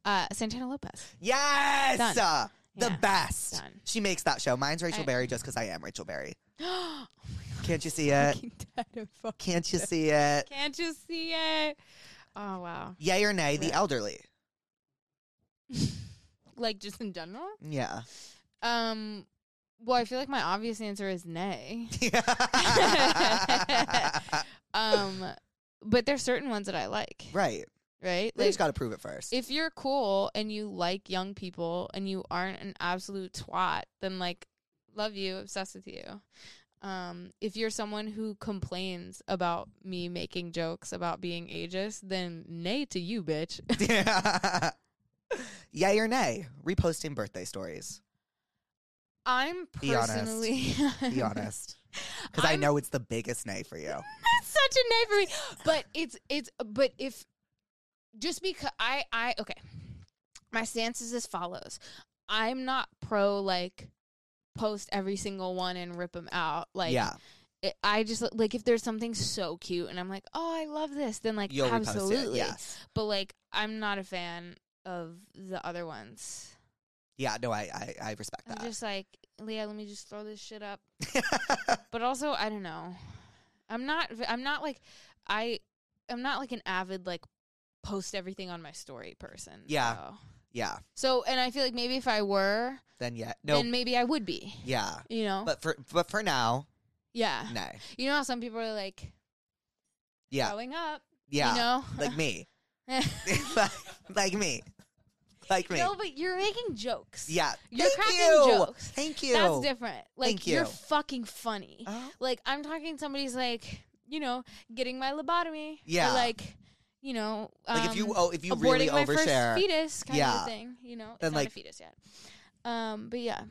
[SPEAKER 2] Uh, Santana Lopez.
[SPEAKER 1] Yes!
[SPEAKER 2] Done.
[SPEAKER 1] Uh, the
[SPEAKER 2] Yeah,
[SPEAKER 1] best.
[SPEAKER 2] done. <gasps>
[SPEAKER 1] She makes that show. Mine's Rachel
[SPEAKER 2] I-
[SPEAKER 1] Berry just because I am Rachel
[SPEAKER 2] <laughs>
[SPEAKER 1] Berry.
[SPEAKER 2] oh my god!
[SPEAKER 1] Can't you see it?
[SPEAKER 2] fucking dead of fuck-
[SPEAKER 1] Can't you see it?
[SPEAKER 2] Can't you see it? Oh wow!
[SPEAKER 1] Yay or nay? The
[SPEAKER 2] Right.
[SPEAKER 1] elderly.
[SPEAKER 2] Like just in general.
[SPEAKER 1] Yeah.
[SPEAKER 2] Um. Well, I feel like my obvious answer is nay. Um.
[SPEAKER 1] <laughs>
[SPEAKER 2] But there's certain ones that I like. <laughs>
[SPEAKER 1] right.
[SPEAKER 2] Right.
[SPEAKER 1] They just got to prove it first.
[SPEAKER 2] if you're cool and you like young people and you aren't an absolute twat, then like love you, obsessed with you. Um, if you're someone who complains about me making jokes about being ageist, then nay to you, bitch.
[SPEAKER 1] <laughs>
[SPEAKER 2] <laughs>
[SPEAKER 1] Yay or nay? Reposting birthday stories.
[SPEAKER 2] I'm
[SPEAKER 1] Be honest.
[SPEAKER 2] personally <laughs>
[SPEAKER 1] Be honest. Because I
[SPEAKER 2] I'm-
[SPEAKER 1] know it's the biggest nay for you.
[SPEAKER 2] That's such a nay for me. But it's it's but if just because I I okay, my stance is as follows. I'm not pro like post every single one and rip them out. Like
[SPEAKER 1] yeah.
[SPEAKER 2] it, I just like if there's something so cute and I'm like, oh, I love this, then like
[SPEAKER 1] You'll repost it.
[SPEAKER 2] absolutely.
[SPEAKER 1] Yes.
[SPEAKER 2] But like I'm not a fan of the other ones.
[SPEAKER 1] Yeah. No, I, I, I respect
[SPEAKER 2] I'm
[SPEAKER 1] that.
[SPEAKER 2] just like, Leah, let me just throw this
[SPEAKER 1] <laughs>
[SPEAKER 2] shit up. but also I don't know. I'm not. v- I'm not like I. I'm not like an avid like post everything on my story person.
[SPEAKER 1] Yeah.
[SPEAKER 2] So,
[SPEAKER 1] yeah.
[SPEAKER 2] so and I feel like maybe if I were,
[SPEAKER 1] Then yeah. No.
[SPEAKER 2] then maybe I would be.
[SPEAKER 1] yeah.
[SPEAKER 2] You know.
[SPEAKER 1] But for but for
[SPEAKER 2] <sighs>
[SPEAKER 1] now,
[SPEAKER 2] yeah.
[SPEAKER 1] nay.
[SPEAKER 2] You know how some people are like
[SPEAKER 1] Yeah.
[SPEAKER 2] growing up.
[SPEAKER 1] Yeah.
[SPEAKER 2] You know. <laughs>
[SPEAKER 1] Like me. <laughs> like, like me. Like me.
[SPEAKER 2] No, but you're making jokes.
[SPEAKER 1] yeah.
[SPEAKER 2] You're
[SPEAKER 1] Thank
[SPEAKER 2] cracking
[SPEAKER 1] you.
[SPEAKER 2] jokes.
[SPEAKER 1] Thank you.
[SPEAKER 2] That's different. Like
[SPEAKER 1] Thank
[SPEAKER 2] you're
[SPEAKER 1] you.
[SPEAKER 2] fucking funny.
[SPEAKER 1] Oh,
[SPEAKER 2] like I'm talking somebody's like, you know, getting my lobotomy.
[SPEAKER 1] Yeah.
[SPEAKER 2] Or like, you know, um,
[SPEAKER 1] like if you oh if you
[SPEAKER 2] aborting
[SPEAKER 1] really
[SPEAKER 2] my
[SPEAKER 1] overshare.
[SPEAKER 2] first fetus kind
[SPEAKER 1] Yeah.
[SPEAKER 2] of thing, you know. It's
[SPEAKER 1] Then,
[SPEAKER 2] not
[SPEAKER 1] like-
[SPEAKER 2] a fetus yet. Um, but yeah.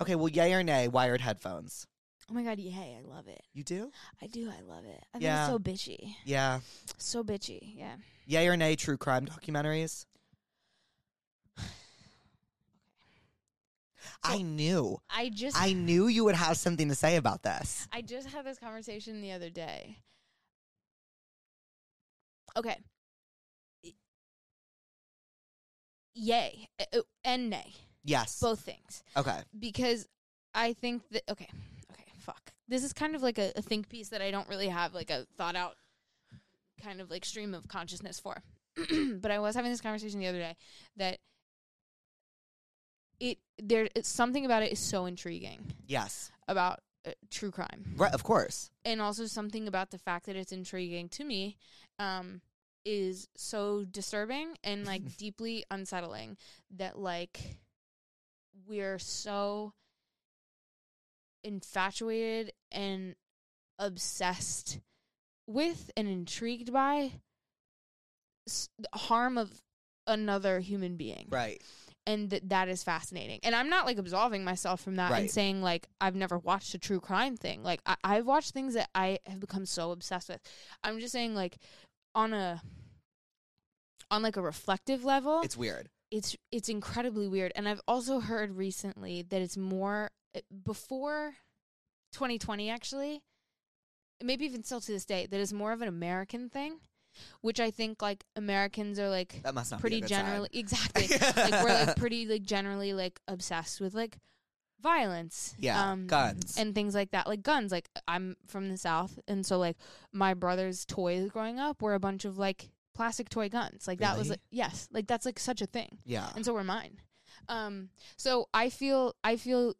[SPEAKER 1] Okay, well, yay or nay, wired headphones.
[SPEAKER 2] Oh Oh my god, yeah, I love it.
[SPEAKER 1] You do?
[SPEAKER 2] I do, I love it. I think
[SPEAKER 1] Yeah.
[SPEAKER 2] it's so bitchy.
[SPEAKER 1] Yeah.
[SPEAKER 2] So bitchy, yeah.
[SPEAKER 1] Yay or nay, true crime
[SPEAKER 2] <sighs>
[SPEAKER 1] documentaries? I knew.
[SPEAKER 2] I just
[SPEAKER 1] I knew you would have something to say about this.
[SPEAKER 2] I just had this conversation the other day. Okay. Y- Yay uh, uh, and nay,
[SPEAKER 1] Yes.
[SPEAKER 2] both things,
[SPEAKER 1] okay.
[SPEAKER 2] because I think that okay, okay, fuck. This is kind of like a, a think piece that I don't really have like a thought out kind of like stream of consciousness for. <clears throat> but I was having this conversation the other day that it there something about it is so intriguing
[SPEAKER 1] Yes.
[SPEAKER 2] about uh, true crime
[SPEAKER 1] Right. Of course.
[SPEAKER 2] and also something about the fact that it's intriguing to me um is so disturbing and like deeply unsettling that like we're so infatuated and obsessed with and intrigued by s- the harm of another human being
[SPEAKER 1] Right.
[SPEAKER 2] and that that is fascinating. And I'm not like absolving myself from that
[SPEAKER 1] Right.
[SPEAKER 2] and saying like I've never watched a true crime thing. Like I- I've watched things that I have become so obsessed with. I'm just saying like on a on like a reflective level,
[SPEAKER 1] It's weird.
[SPEAKER 2] it's it's incredibly weird and i've also heard recently that it's more eh, before 2020 actually maybe even still to this day that is more of an american thing which i think like americans are like
[SPEAKER 1] That must not be
[SPEAKER 2] pretty
[SPEAKER 1] a good
[SPEAKER 2] generally
[SPEAKER 1] <laughs>
[SPEAKER 2] exactly
[SPEAKER 1] sign.
[SPEAKER 2] like we're like pretty like generally like obsessed with like violence
[SPEAKER 1] yeah, guns.
[SPEAKER 2] um, and things like that like guns like i'm from the south and so like my brother's toys growing up were a bunch of like plastic toy guns like that was
[SPEAKER 1] Really?
[SPEAKER 2] like, yes like that's like such a thing
[SPEAKER 1] yeah.
[SPEAKER 2] and so were mine um so i feel i feel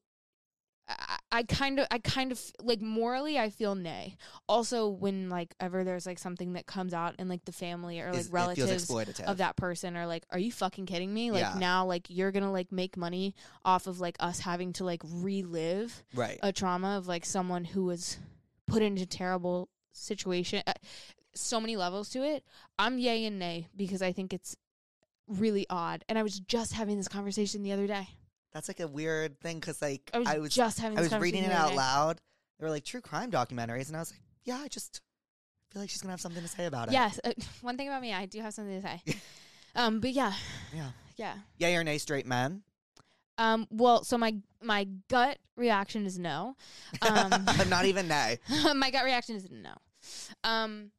[SPEAKER 2] I, I kind of, I kind of like morally, I feel nay. Also, when like ever there's like something that comes out and like the family or like
[SPEAKER 1] Is-
[SPEAKER 2] relatives
[SPEAKER 1] it feels exploitative.
[SPEAKER 2] of that person are like, are you fucking kidding me? Like
[SPEAKER 1] Yeah.
[SPEAKER 2] now, like you're gonna like make money off of like us having to like relive
[SPEAKER 1] right.
[SPEAKER 2] a trauma of like someone who was put into terrible situation. Uh, so many levels to it. I'm yay and nay because I think it's really odd. And I was just having this conversation the other day.
[SPEAKER 1] That's like a weird thing because like
[SPEAKER 2] I was, just having.
[SPEAKER 1] I
[SPEAKER 2] This
[SPEAKER 1] was reading it
[SPEAKER 2] conversation
[SPEAKER 1] out
[SPEAKER 2] the other day.
[SPEAKER 1] loud. They were like true crime documentaries, and I was like, yeah, I just feel like she's gonna have something to say about it.
[SPEAKER 2] Yes, uh, <laughs> one thing about me, I do have something to
[SPEAKER 1] <laughs>
[SPEAKER 2] say. um, but yeah,
[SPEAKER 1] Yeah.
[SPEAKER 2] yeah.
[SPEAKER 1] Yay or nay, straight men.
[SPEAKER 2] Um, well, so my my gut reaction is no.
[SPEAKER 1] <laughs>
[SPEAKER 2] Um,
[SPEAKER 1] Not even nay.
[SPEAKER 2] <laughs> my gut reaction is no. Um,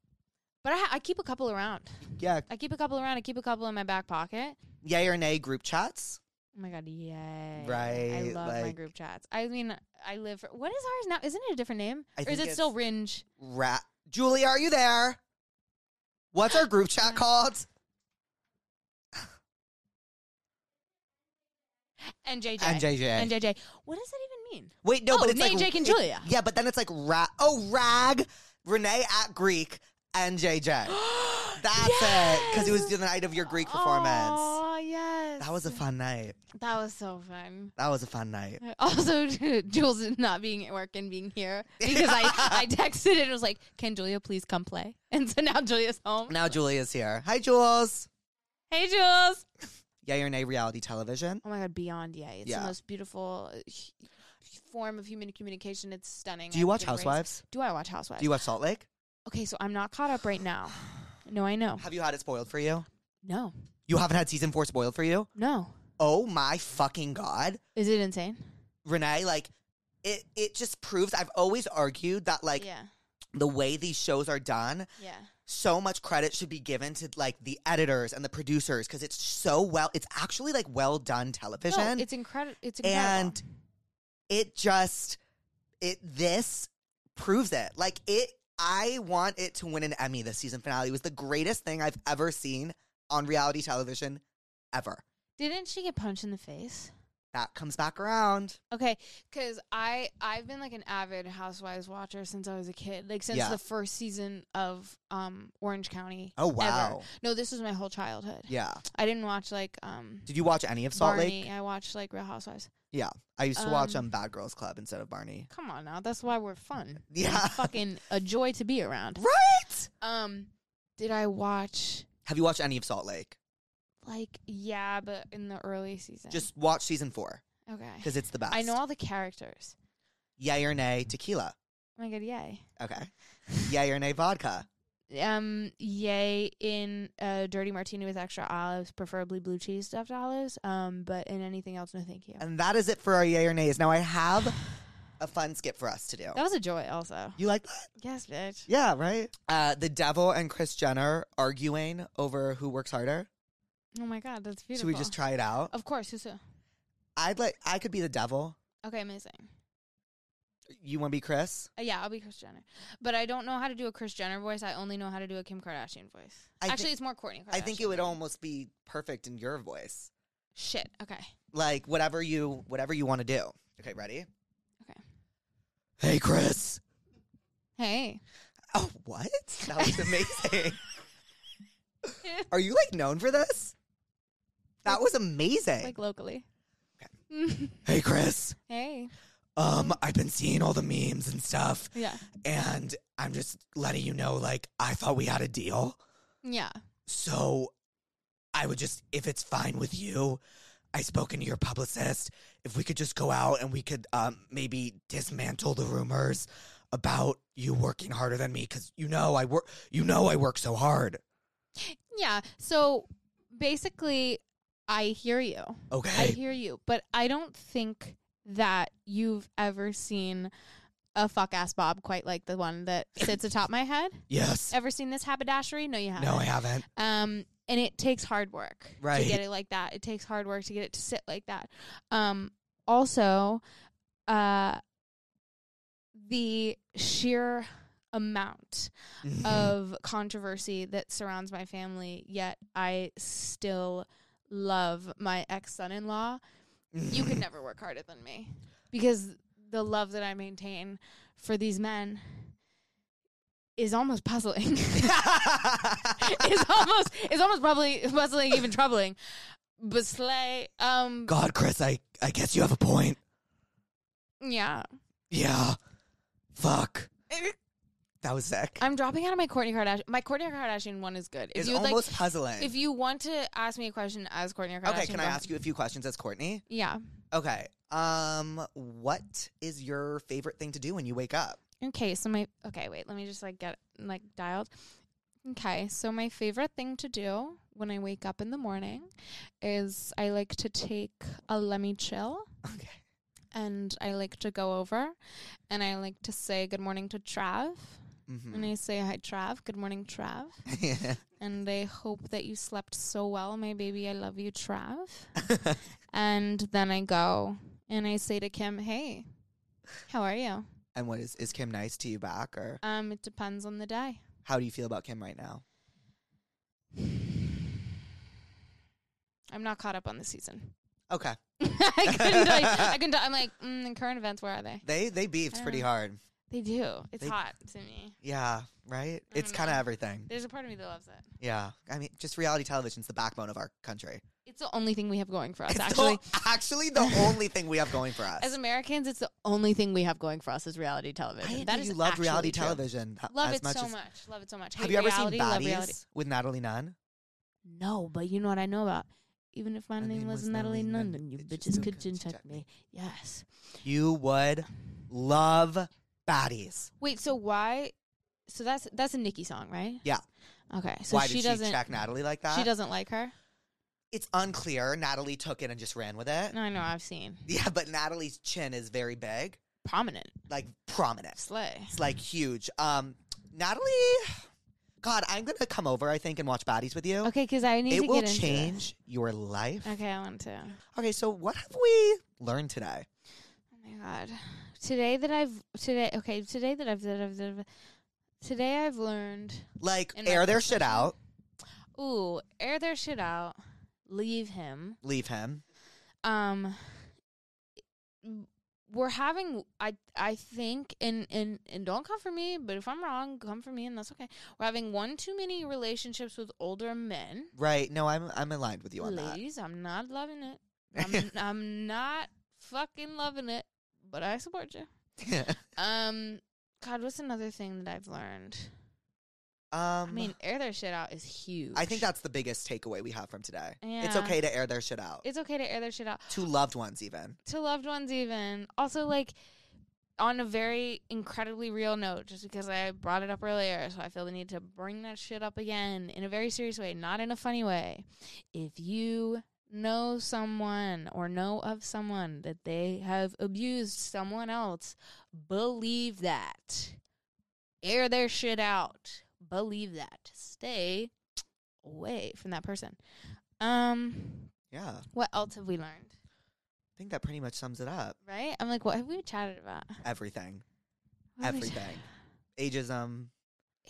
[SPEAKER 2] but I, ha- I keep a couple around.
[SPEAKER 1] Yeah.
[SPEAKER 2] I keep a couple around. I keep a couple in my back pocket.
[SPEAKER 1] Yay or nay, group chats.
[SPEAKER 2] Oh my god, yay! I
[SPEAKER 1] Right,
[SPEAKER 2] love my
[SPEAKER 1] like-
[SPEAKER 2] group chats. I mean, I live for what is ours now? Isn't it a different name,
[SPEAKER 1] I
[SPEAKER 2] or is
[SPEAKER 1] think
[SPEAKER 2] it still
[SPEAKER 1] it's-
[SPEAKER 2] Ringe?
[SPEAKER 1] Rat. Julie, are you there? What's our group chat called?
[SPEAKER 2] And JJ.
[SPEAKER 1] And JJ.
[SPEAKER 2] And JJ. What does that
[SPEAKER 1] <gasps>
[SPEAKER 2] even mean?
[SPEAKER 1] Wait, no,
[SPEAKER 2] Oh,
[SPEAKER 1] but it's
[SPEAKER 2] Nate,
[SPEAKER 1] like
[SPEAKER 2] Jake, and
[SPEAKER 1] it-
[SPEAKER 2] Julia.
[SPEAKER 1] yeah, but then it's like ra- oh rag Renee at Greek and
[SPEAKER 2] <gasps>
[SPEAKER 1] JJ. That's it because it was the night of your Greek performance.
[SPEAKER 2] Oh yes.
[SPEAKER 1] That was a fun night.
[SPEAKER 2] That was so fun. <laughs>
[SPEAKER 1] That was a fun night.
[SPEAKER 2] Also, <laughs> Jules is not being at work and being here because I,
[SPEAKER 1] <laughs>
[SPEAKER 2] I texted and was like, "Can Julia please come play?" <laughs> And so now Julia's home.
[SPEAKER 1] Now Julia's here. Hi, Jules.
[SPEAKER 2] Hey, Jules.
[SPEAKER 1] Yay or nay, reality television.
[SPEAKER 2] Oh my god, beyond yay! It's
[SPEAKER 1] Yeah.
[SPEAKER 2] the most beautiful uh, hu- form of human communication. It's stunning.
[SPEAKER 1] Do you
[SPEAKER 2] I
[SPEAKER 1] watch
[SPEAKER 2] think it brings-
[SPEAKER 1] Housewives?
[SPEAKER 2] Do I watch Housewives?
[SPEAKER 1] Do you watch Salt Lake?
[SPEAKER 2] okay, so I'm not caught up right
[SPEAKER 1] <sighs>
[SPEAKER 2] now. No, I know.
[SPEAKER 1] Have you had it spoiled for you?
[SPEAKER 2] No,
[SPEAKER 1] You haven't had season four spoiled for you?
[SPEAKER 2] no.
[SPEAKER 1] Oh my fucking god.
[SPEAKER 2] Is it insane?
[SPEAKER 1] Renee, like, it, it just proves I've always argued that, like,
[SPEAKER 2] yeah,
[SPEAKER 1] the way these shows are done,
[SPEAKER 2] yeah.
[SPEAKER 1] so much credit should be given to, like, the editors and the producers because it's so well, it's actually, like, well done television.
[SPEAKER 2] No, it's incredible. It's incredible.
[SPEAKER 1] and it just it this proves it like it i want it to win an emmy this season finale it was the greatest thing i've ever seen on reality television ever
[SPEAKER 2] didn't she get punched in the face?
[SPEAKER 1] that comes back around
[SPEAKER 2] Okay, because I I've been like an avid Housewives watcher since I was a kid, like since
[SPEAKER 1] Yeah.
[SPEAKER 2] the first season of um Orange County.
[SPEAKER 1] oh
[SPEAKER 2] ever.
[SPEAKER 1] wow
[SPEAKER 2] No, this was my whole childhood.
[SPEAKER 1] yeah
[SPEAKER 2] I didn't watch like um
[SPEAKER 1] did you watch any of salt
[SPEAKER 2] Barney.
[SPEAKER 1] lake
[SPEAKER 2] I watched like Real Housewives.
[SPEAKER 1] yeah i used to watch
[SPEAKER 2] Um,
[SPEAKER 1] um bad girls club instead of barney
[SPEAKER 2] Come on now, that's why we're fun.
[SPEAKER 1] <laughs> yeah <laughs>
[SPEAKER 2] Fucking a joy to be around.
[SPEAKER 1] right
[SPEAKER 2] Um, did I watch
[SPEAKER 1] have you watched any of salt lake
[SPEAKER 2] like yeah, but in the early season?
[SPEAKER 1] just watch season four
[SPEAKER 2] okay.
[SPEAKER 1] because it's the best
[SPEAKER 2] I know all the characters.
[SPEAKER 1] Yay or nay, tequila.
[SPEAKER 2] Oh my god, yay. <laughs>
[SPEAKER 1] Okay. Yay or nay, vodka.
[SPEAKER 2] Um, yay in a dirty martini with extra olives, preferably blue cheese stuffed olives. Um, but in anything else, no thank you.
[SPEAKER 1] And that is it for our yay or nays. Now I have a fun skip for us to do.
[SPEAKER 2] That was a joy also.
[SPEAKER 1] You like that?
[SPEAKER 2] Yes, bitch.
[SPEAKER 1] Yeah, right? Uh, the devil and Chris Jenner arguing over who works harder.
[SPEAKER 2] Oh my god, that's
[SPEAKER 1] Should
[SPEAKER 2] beautiful.
[SPEAKER 1] we just try it out?
[SPEAKER 2] Of course, who's who?
[SPEAKER 1] I'd like I could be the devil.
[SPEAKER 2] Okay, amazing.
[SPEAKER 1] You want to be Chris?
[SPEAKER 2] Uh, yeah, I'll be Chris Jenner. But I don't know how to do a Chris Jenner voice. I only know how to do a Kim Kardashian voice.
[SPEAKER 1] I
[SPEAKER 2] Actually,
[SPEAKER 1] think-
[SPEAKER 2] it's more Courtney.
[SPEAKER 1] I think it
[SPEAKER 2] Kardashian
[SPEAKER 1] would
[SPEAKER 2] voice.
[SPEAKER 1] almost be perfect in your voice.
[SPEAKER 2] Shit. Okay.
[SPEAKER 1] Like whatever you whatever you want to do. Okay, ready?
[SPEAKER 2] Okay.
[SPEAKER 1] Hey, Chris.
[SPEAKER 2] Hey.
[SPEAKER 1] Oh, what? <laughs> That was
[SPEAKER 2] <laughs>
[SPEAKER 1] amazing. Are you like known for this? That was amazing.
[SPEAKER 2] like locally.
[SPEAKER 1] hey, Chris.
[SPEAKER 2] <laughs> hey.
[SPEAKER 1] Um, I've been seeing all the memes and stuff,
[SPEAKER 2] Yeah.
[SPEAKER 1] and I'm just letting you know. Like, I thought we had a deal,
[SPEAKER 2] Yeah.
[SPEAKER 1] so I would just, if it's fine with you, I spoken to your publicist. If we could just go out and we could, um, maybe dismantle the rumors about you working harder than me, because you know I work, you know I work so hard.
[SPEAKER 2] Yeah. So basically, I hear you. I
[SPEAKER 1] Okay,
[SPEAKER 2] hear you, but I don't think that you've ever seen a fuck ass Bob quite like the one that sits atop
[SPEAKER 1] <laughs>
[SPEAKER 2] my head.
[SPEAKER 1] yes.
[SPEAKER 2] Ever seen this haberdashery? No, you haven't.
[SPEAKER 1] No, I haven't.
[SPEAKER 2] um, and it takes hard work
[SPEAKER 1] Right.
[SPEAKER 2] to get it like that. It takes hard work to get it to sit like that. Um, also, uh, the sheer amount
[SPEAKER 1] Mhm.
[SPEAKER 2] of controversy that surrounds my family, yet I still love my ex son in law. You could never work harder than me because the love that I maintain for these men is almost puzzling. <laughs>
[SPEAKER 1] Mm-hmm.
[SPEAKER 2] it's almost it's almost probably puzzling, even troubling. But Slay,
[SPEAKER 1] <laughs>
[SPEAKER 2] um,
[SPEAKER 1] God, Chris, I, I guess you have a point.
[SPEAKER 2] yeah,
[SPEAKER 1] Yeah. Fuck. That was sick.
[SPEAKER 2] I'm dropping out of my Courtney Kardashian. My Courtney Kardashian one is good. If
[SPEAKER 1] it's
[SPEAKER 2] you would
[SPEAKER 1] almost
[SPEAKER 2] like,
[SPEAKER 1] puzzling.
[SPEAKER 2] if you want to ask me a question as Courtney Kardashian,
[SPEAKER 1] okay, can I
[SPEAKER 2] go-
[SPEAKER 1] ask you a few questions as Courtney?
[SPEAKER 2] Yeah.
[SPEAKER 1] Okay. Um, what is your favorite thing to do when you wake up? <laughs>
[SPEAKER 2] Okay, so my okay, wait, let me just like get like dialed. Okay, so my favorite thing to do when I wake up in the morning is I like to take a lemmy chill
[SPEAKER 1] Okay.
[SPEAKER 2] and I like to go over and I like to say good morning to Trav. And
[SPEAKER 1] Mm-hmm.
[SPEAKER 2] I say hi Trav, good morning Trav. Mm-hmm. And I hope that you slept so well, my baby. I love you, Trav.
[SPEAKER 1] <laughs>
[SPEAKER 2] and then I go and I say to Kim, Hey, how are you?
[SPEAKER 1] <laughs> and what is is Kim nice to you back, or
[SPEAKER 2] Um, it depends on the day.
[SPEAKER 1] how do you feel about Kim right now?
[SPEAKER 2] I'm not caught up on the season. <laughs>
[SPEAKER 1] Okay.
[SPEAKER 2] I couldn't. Like, I couldn't. I'm like, mm, and current events. Where are they?
[SPEAKER 1] They they beefed pretty
[SPEAKER 2] Uh.
[SPEAKER 1] hard.
[SPEAKER 2] They do. It's
[SPEAKER 1] They-
[SPEAKER 2] hot to me.
[SPEAKER 1] Yeah. Right.
[SPEAKER 2] I
[SPEAKER 1] It's
[SPEAKER 2] don't
[SPEAKER 1] kind of
[SPEAKER 2] know.
[SPEAKER 1] everything.
[SPEAKER 2] There's a part of me that loves it.
[SPEAKER 1] Yeah. I mean, just reality television's the backbone of our country.
[SPEAKER 2] It's the only thing we have going for us.
[SPEAKER 1] It's the-
[SPEAKER 2] actually,
[SPEAKER 1] actually the only thing we have going
[SPEAKER 2] <laughs>
[SPEAKER 1] for us.
[SPEAKER 2] as Americans, it's the only thing we have going for us is reality
[SPEAKER 1] I
[SPEAKER 2] television.
[SPEAKER 1] didn't
[SPEAKER 2] That
[SPEAKER 1] know
[SPEAKER 2] is
[SPEAKER 1] you love
[SPEAKER 2] actually
[SPEAKER 1] reality
[SPEAKER 2] true.
[SPEAKER 1] television h-
[SPEAKER 2] Love
[SPEAKER 1] as
[SPEAKER 2] it
[SPEAKER 1] much
[SPEAKER 2] so
[SPEAKER 1] as
[SPEAKER 2] much. Love it so much.
[SPEAKER 1] Have
[SPEAKER 2] Hate
[SPEAKER 1] you ever
[SPEAKER 2] reality,
[SPEAKER 1] seen
[SPEAKER 2] love
[SPEAKER 1] Bodies
[SPEAKER 2] reality.
[SPEAKER 1] with Natalie Nunn?
[SPEAKER 2] No, but you know what I know about. Even if my name, was Natalie London, you
[SPEAKER 1] it just
[SPEAKER 2] bitches
[SPEAKER 1] still
[SPEAKER 2] could
[SPEAKER 1] couldn't
[SPEAKER 2] check
[SPEAKER 1] check
[SPEAKER 2] me. Yes.
[SPEAKER 1] You would love Baddies.
[SPEAKER 2] Wait. So why? So that's that's a Nicki song, right?
[SPEAKER 1] Yeah.
[SPEAKER 2] Okay. So
[SPEAKER 1] Why
[SPEAKER 2] she
[SPEAKER 1] did she
[SPEAKER 2] doesn't.
[SPEAKER 1] check Natalie like that?
[SPEAKER 2] She doesn't like her.
[SPEAKER 1] It's unclear. Natalie took it and just ran with it.
[SPEAKER 2] No, I know. I've seen
[SPEAKER 1] <laughs> Yeah, but Natalie's chin is very big,
[SPEAKER 2] prominent
[SPEAKER 1] like prominent.
[SPEAKER 2] slay.
[SPEAKER 1] It's like huge. Um, Natalie, God, I'm gonna come over. I think and watch Baddies with you.
[SPEAKER 2] Okay, because I need
[SPEAKER 1] it
[SPEAKER 2] to
[SPEAKER 1] will
[SPEAKER 2] get into
[SPEAKER 1] change your life.
[SPEAKER 2] This. Okay, I want to.
[SPEAKER 1] Okay, so what have we learned today?
[SPEAKER 2] Oh my god, today that I've today okay today that I've that I've, that I've today I've learned.
[SPEAKER 1] Like
[SPEAKER 2] In my
[SPEAKER 1] air their
[SPEAKER 2] first
[SPEAKER 1] shit
[SPEAKER 2] session.
[SPEAKER 1] out,
[SPEAKER 2] Ooh, air their shit out. Leave him.
[SPEAKER 1] leave him.
[SPEAKER 2] um we're having i i think and and and don't come for me but if i'm wrong come for me and that's okay we're having one too many relationships with older men
[SPEAKER 1] Right? No, I'm I'm aligned with you on <laughs>
[SPEAKER 2] ladies i'm not loving it
[SPEAKER 1] that.
[SPEAKER 2] I'm, I'm not fucking loving it but i support you um god what's another thing that i've learned
[SPEAKER 1] um,
[SPEAKER 2] i mean air their shit out is huge
[SPEAKER 1] I think that's the biggest takeaway we have from today. It's
[SPEAKER 2] Yeah.
[SPEAKER 1] okay to air their shit out
[SPEAKER 2] it's okay to air their shit out
[SPEAKER 1] to loved ones, even.
[SPEAKER 2] to loved ones even also like on a very incredibly real note, just because I brought it up earlier, so I feel the need to bring that shit up again in a very serious way, not in a funny way. If you know someone or know of someone that they have abused someone else, believe that. Air their shit out. Believe that. Stay away from that person. Um,
[SPEAKER 1] Yeah. I
[SPEAKER 2] what else have we learned?
[SPEAKER 1] think that pretty much sums it up.
[SPEAKER 2] Right? I'm like, what have we chatted about? <laughs>
[SPEAKER 1] Everything.
[SPEAKER 2] What have we
[SPEAKER 1] Everything. Ageism.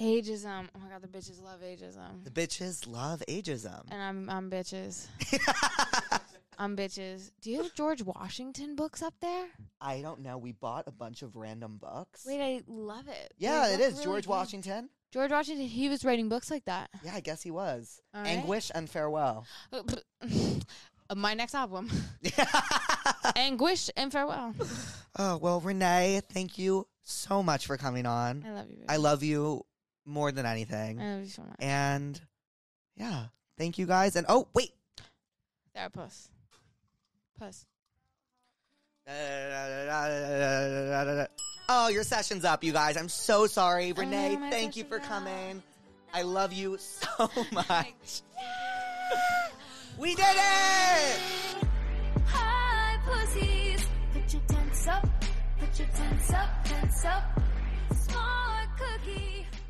[SPEAKER 2] Ageism. Oh my god, the bitches love ageism.
[SPEAKER 1] The bitches love ageism.
[SPEAKER 2] and I'm I'm bitches. I'm bitches. Do you have George Washington books up there?
[SPEAKER 1] <laughs> I don't know. We bought a bunch of random books.
[SPEAKER 2] Wait, I love it. They
[SPEAKER 1] yeah,
[SPEAKER 2] look
[SPEAKER 1] it is.
[SPEAKER 2] really
[SPEAKER 1] George
[SPEAKER 2] good.
[SPEAKER 1] Washington.
[SPEAKER 2] George Washington. He was writing books like that.
[SPEAKER 1] Yeah, I guess he was.
[SPEAKER 2] All right.
[SPEAKER 1] Anguish and farewell. <laughs>
[SPEAKER 2] Uh, <laughs> My next album, Anguish and Farewell.
[SPEAKER 1] oh, well, Renee, thank you so much for coming on.
[SPEAKER 2] I love you. babe.
[SPEAKER 1] I love you more than anything.
[SPEAKER 2] I love you so much.
[SPEAKER 1] And yeah, thank you guys. And oh, wait.
[SPEAKER 2] There, puss. Puss.
[SPEAKER 1] Oh, your session's up, you guys. I'm so sorry. Renee,
[SPEAKER 2] my
[SPEAKER 1] thank you for
[SPEAKER 2] session's up.
[SPEAKER 1] coming. I love you
[SPEAKER 2] <laughs>
[SPEAKER 1] so much. <laughs> we did it!
[SPEAKER 4] Hi, pussies. Put your tents up. Put your tents up, tents up. S'more cookie.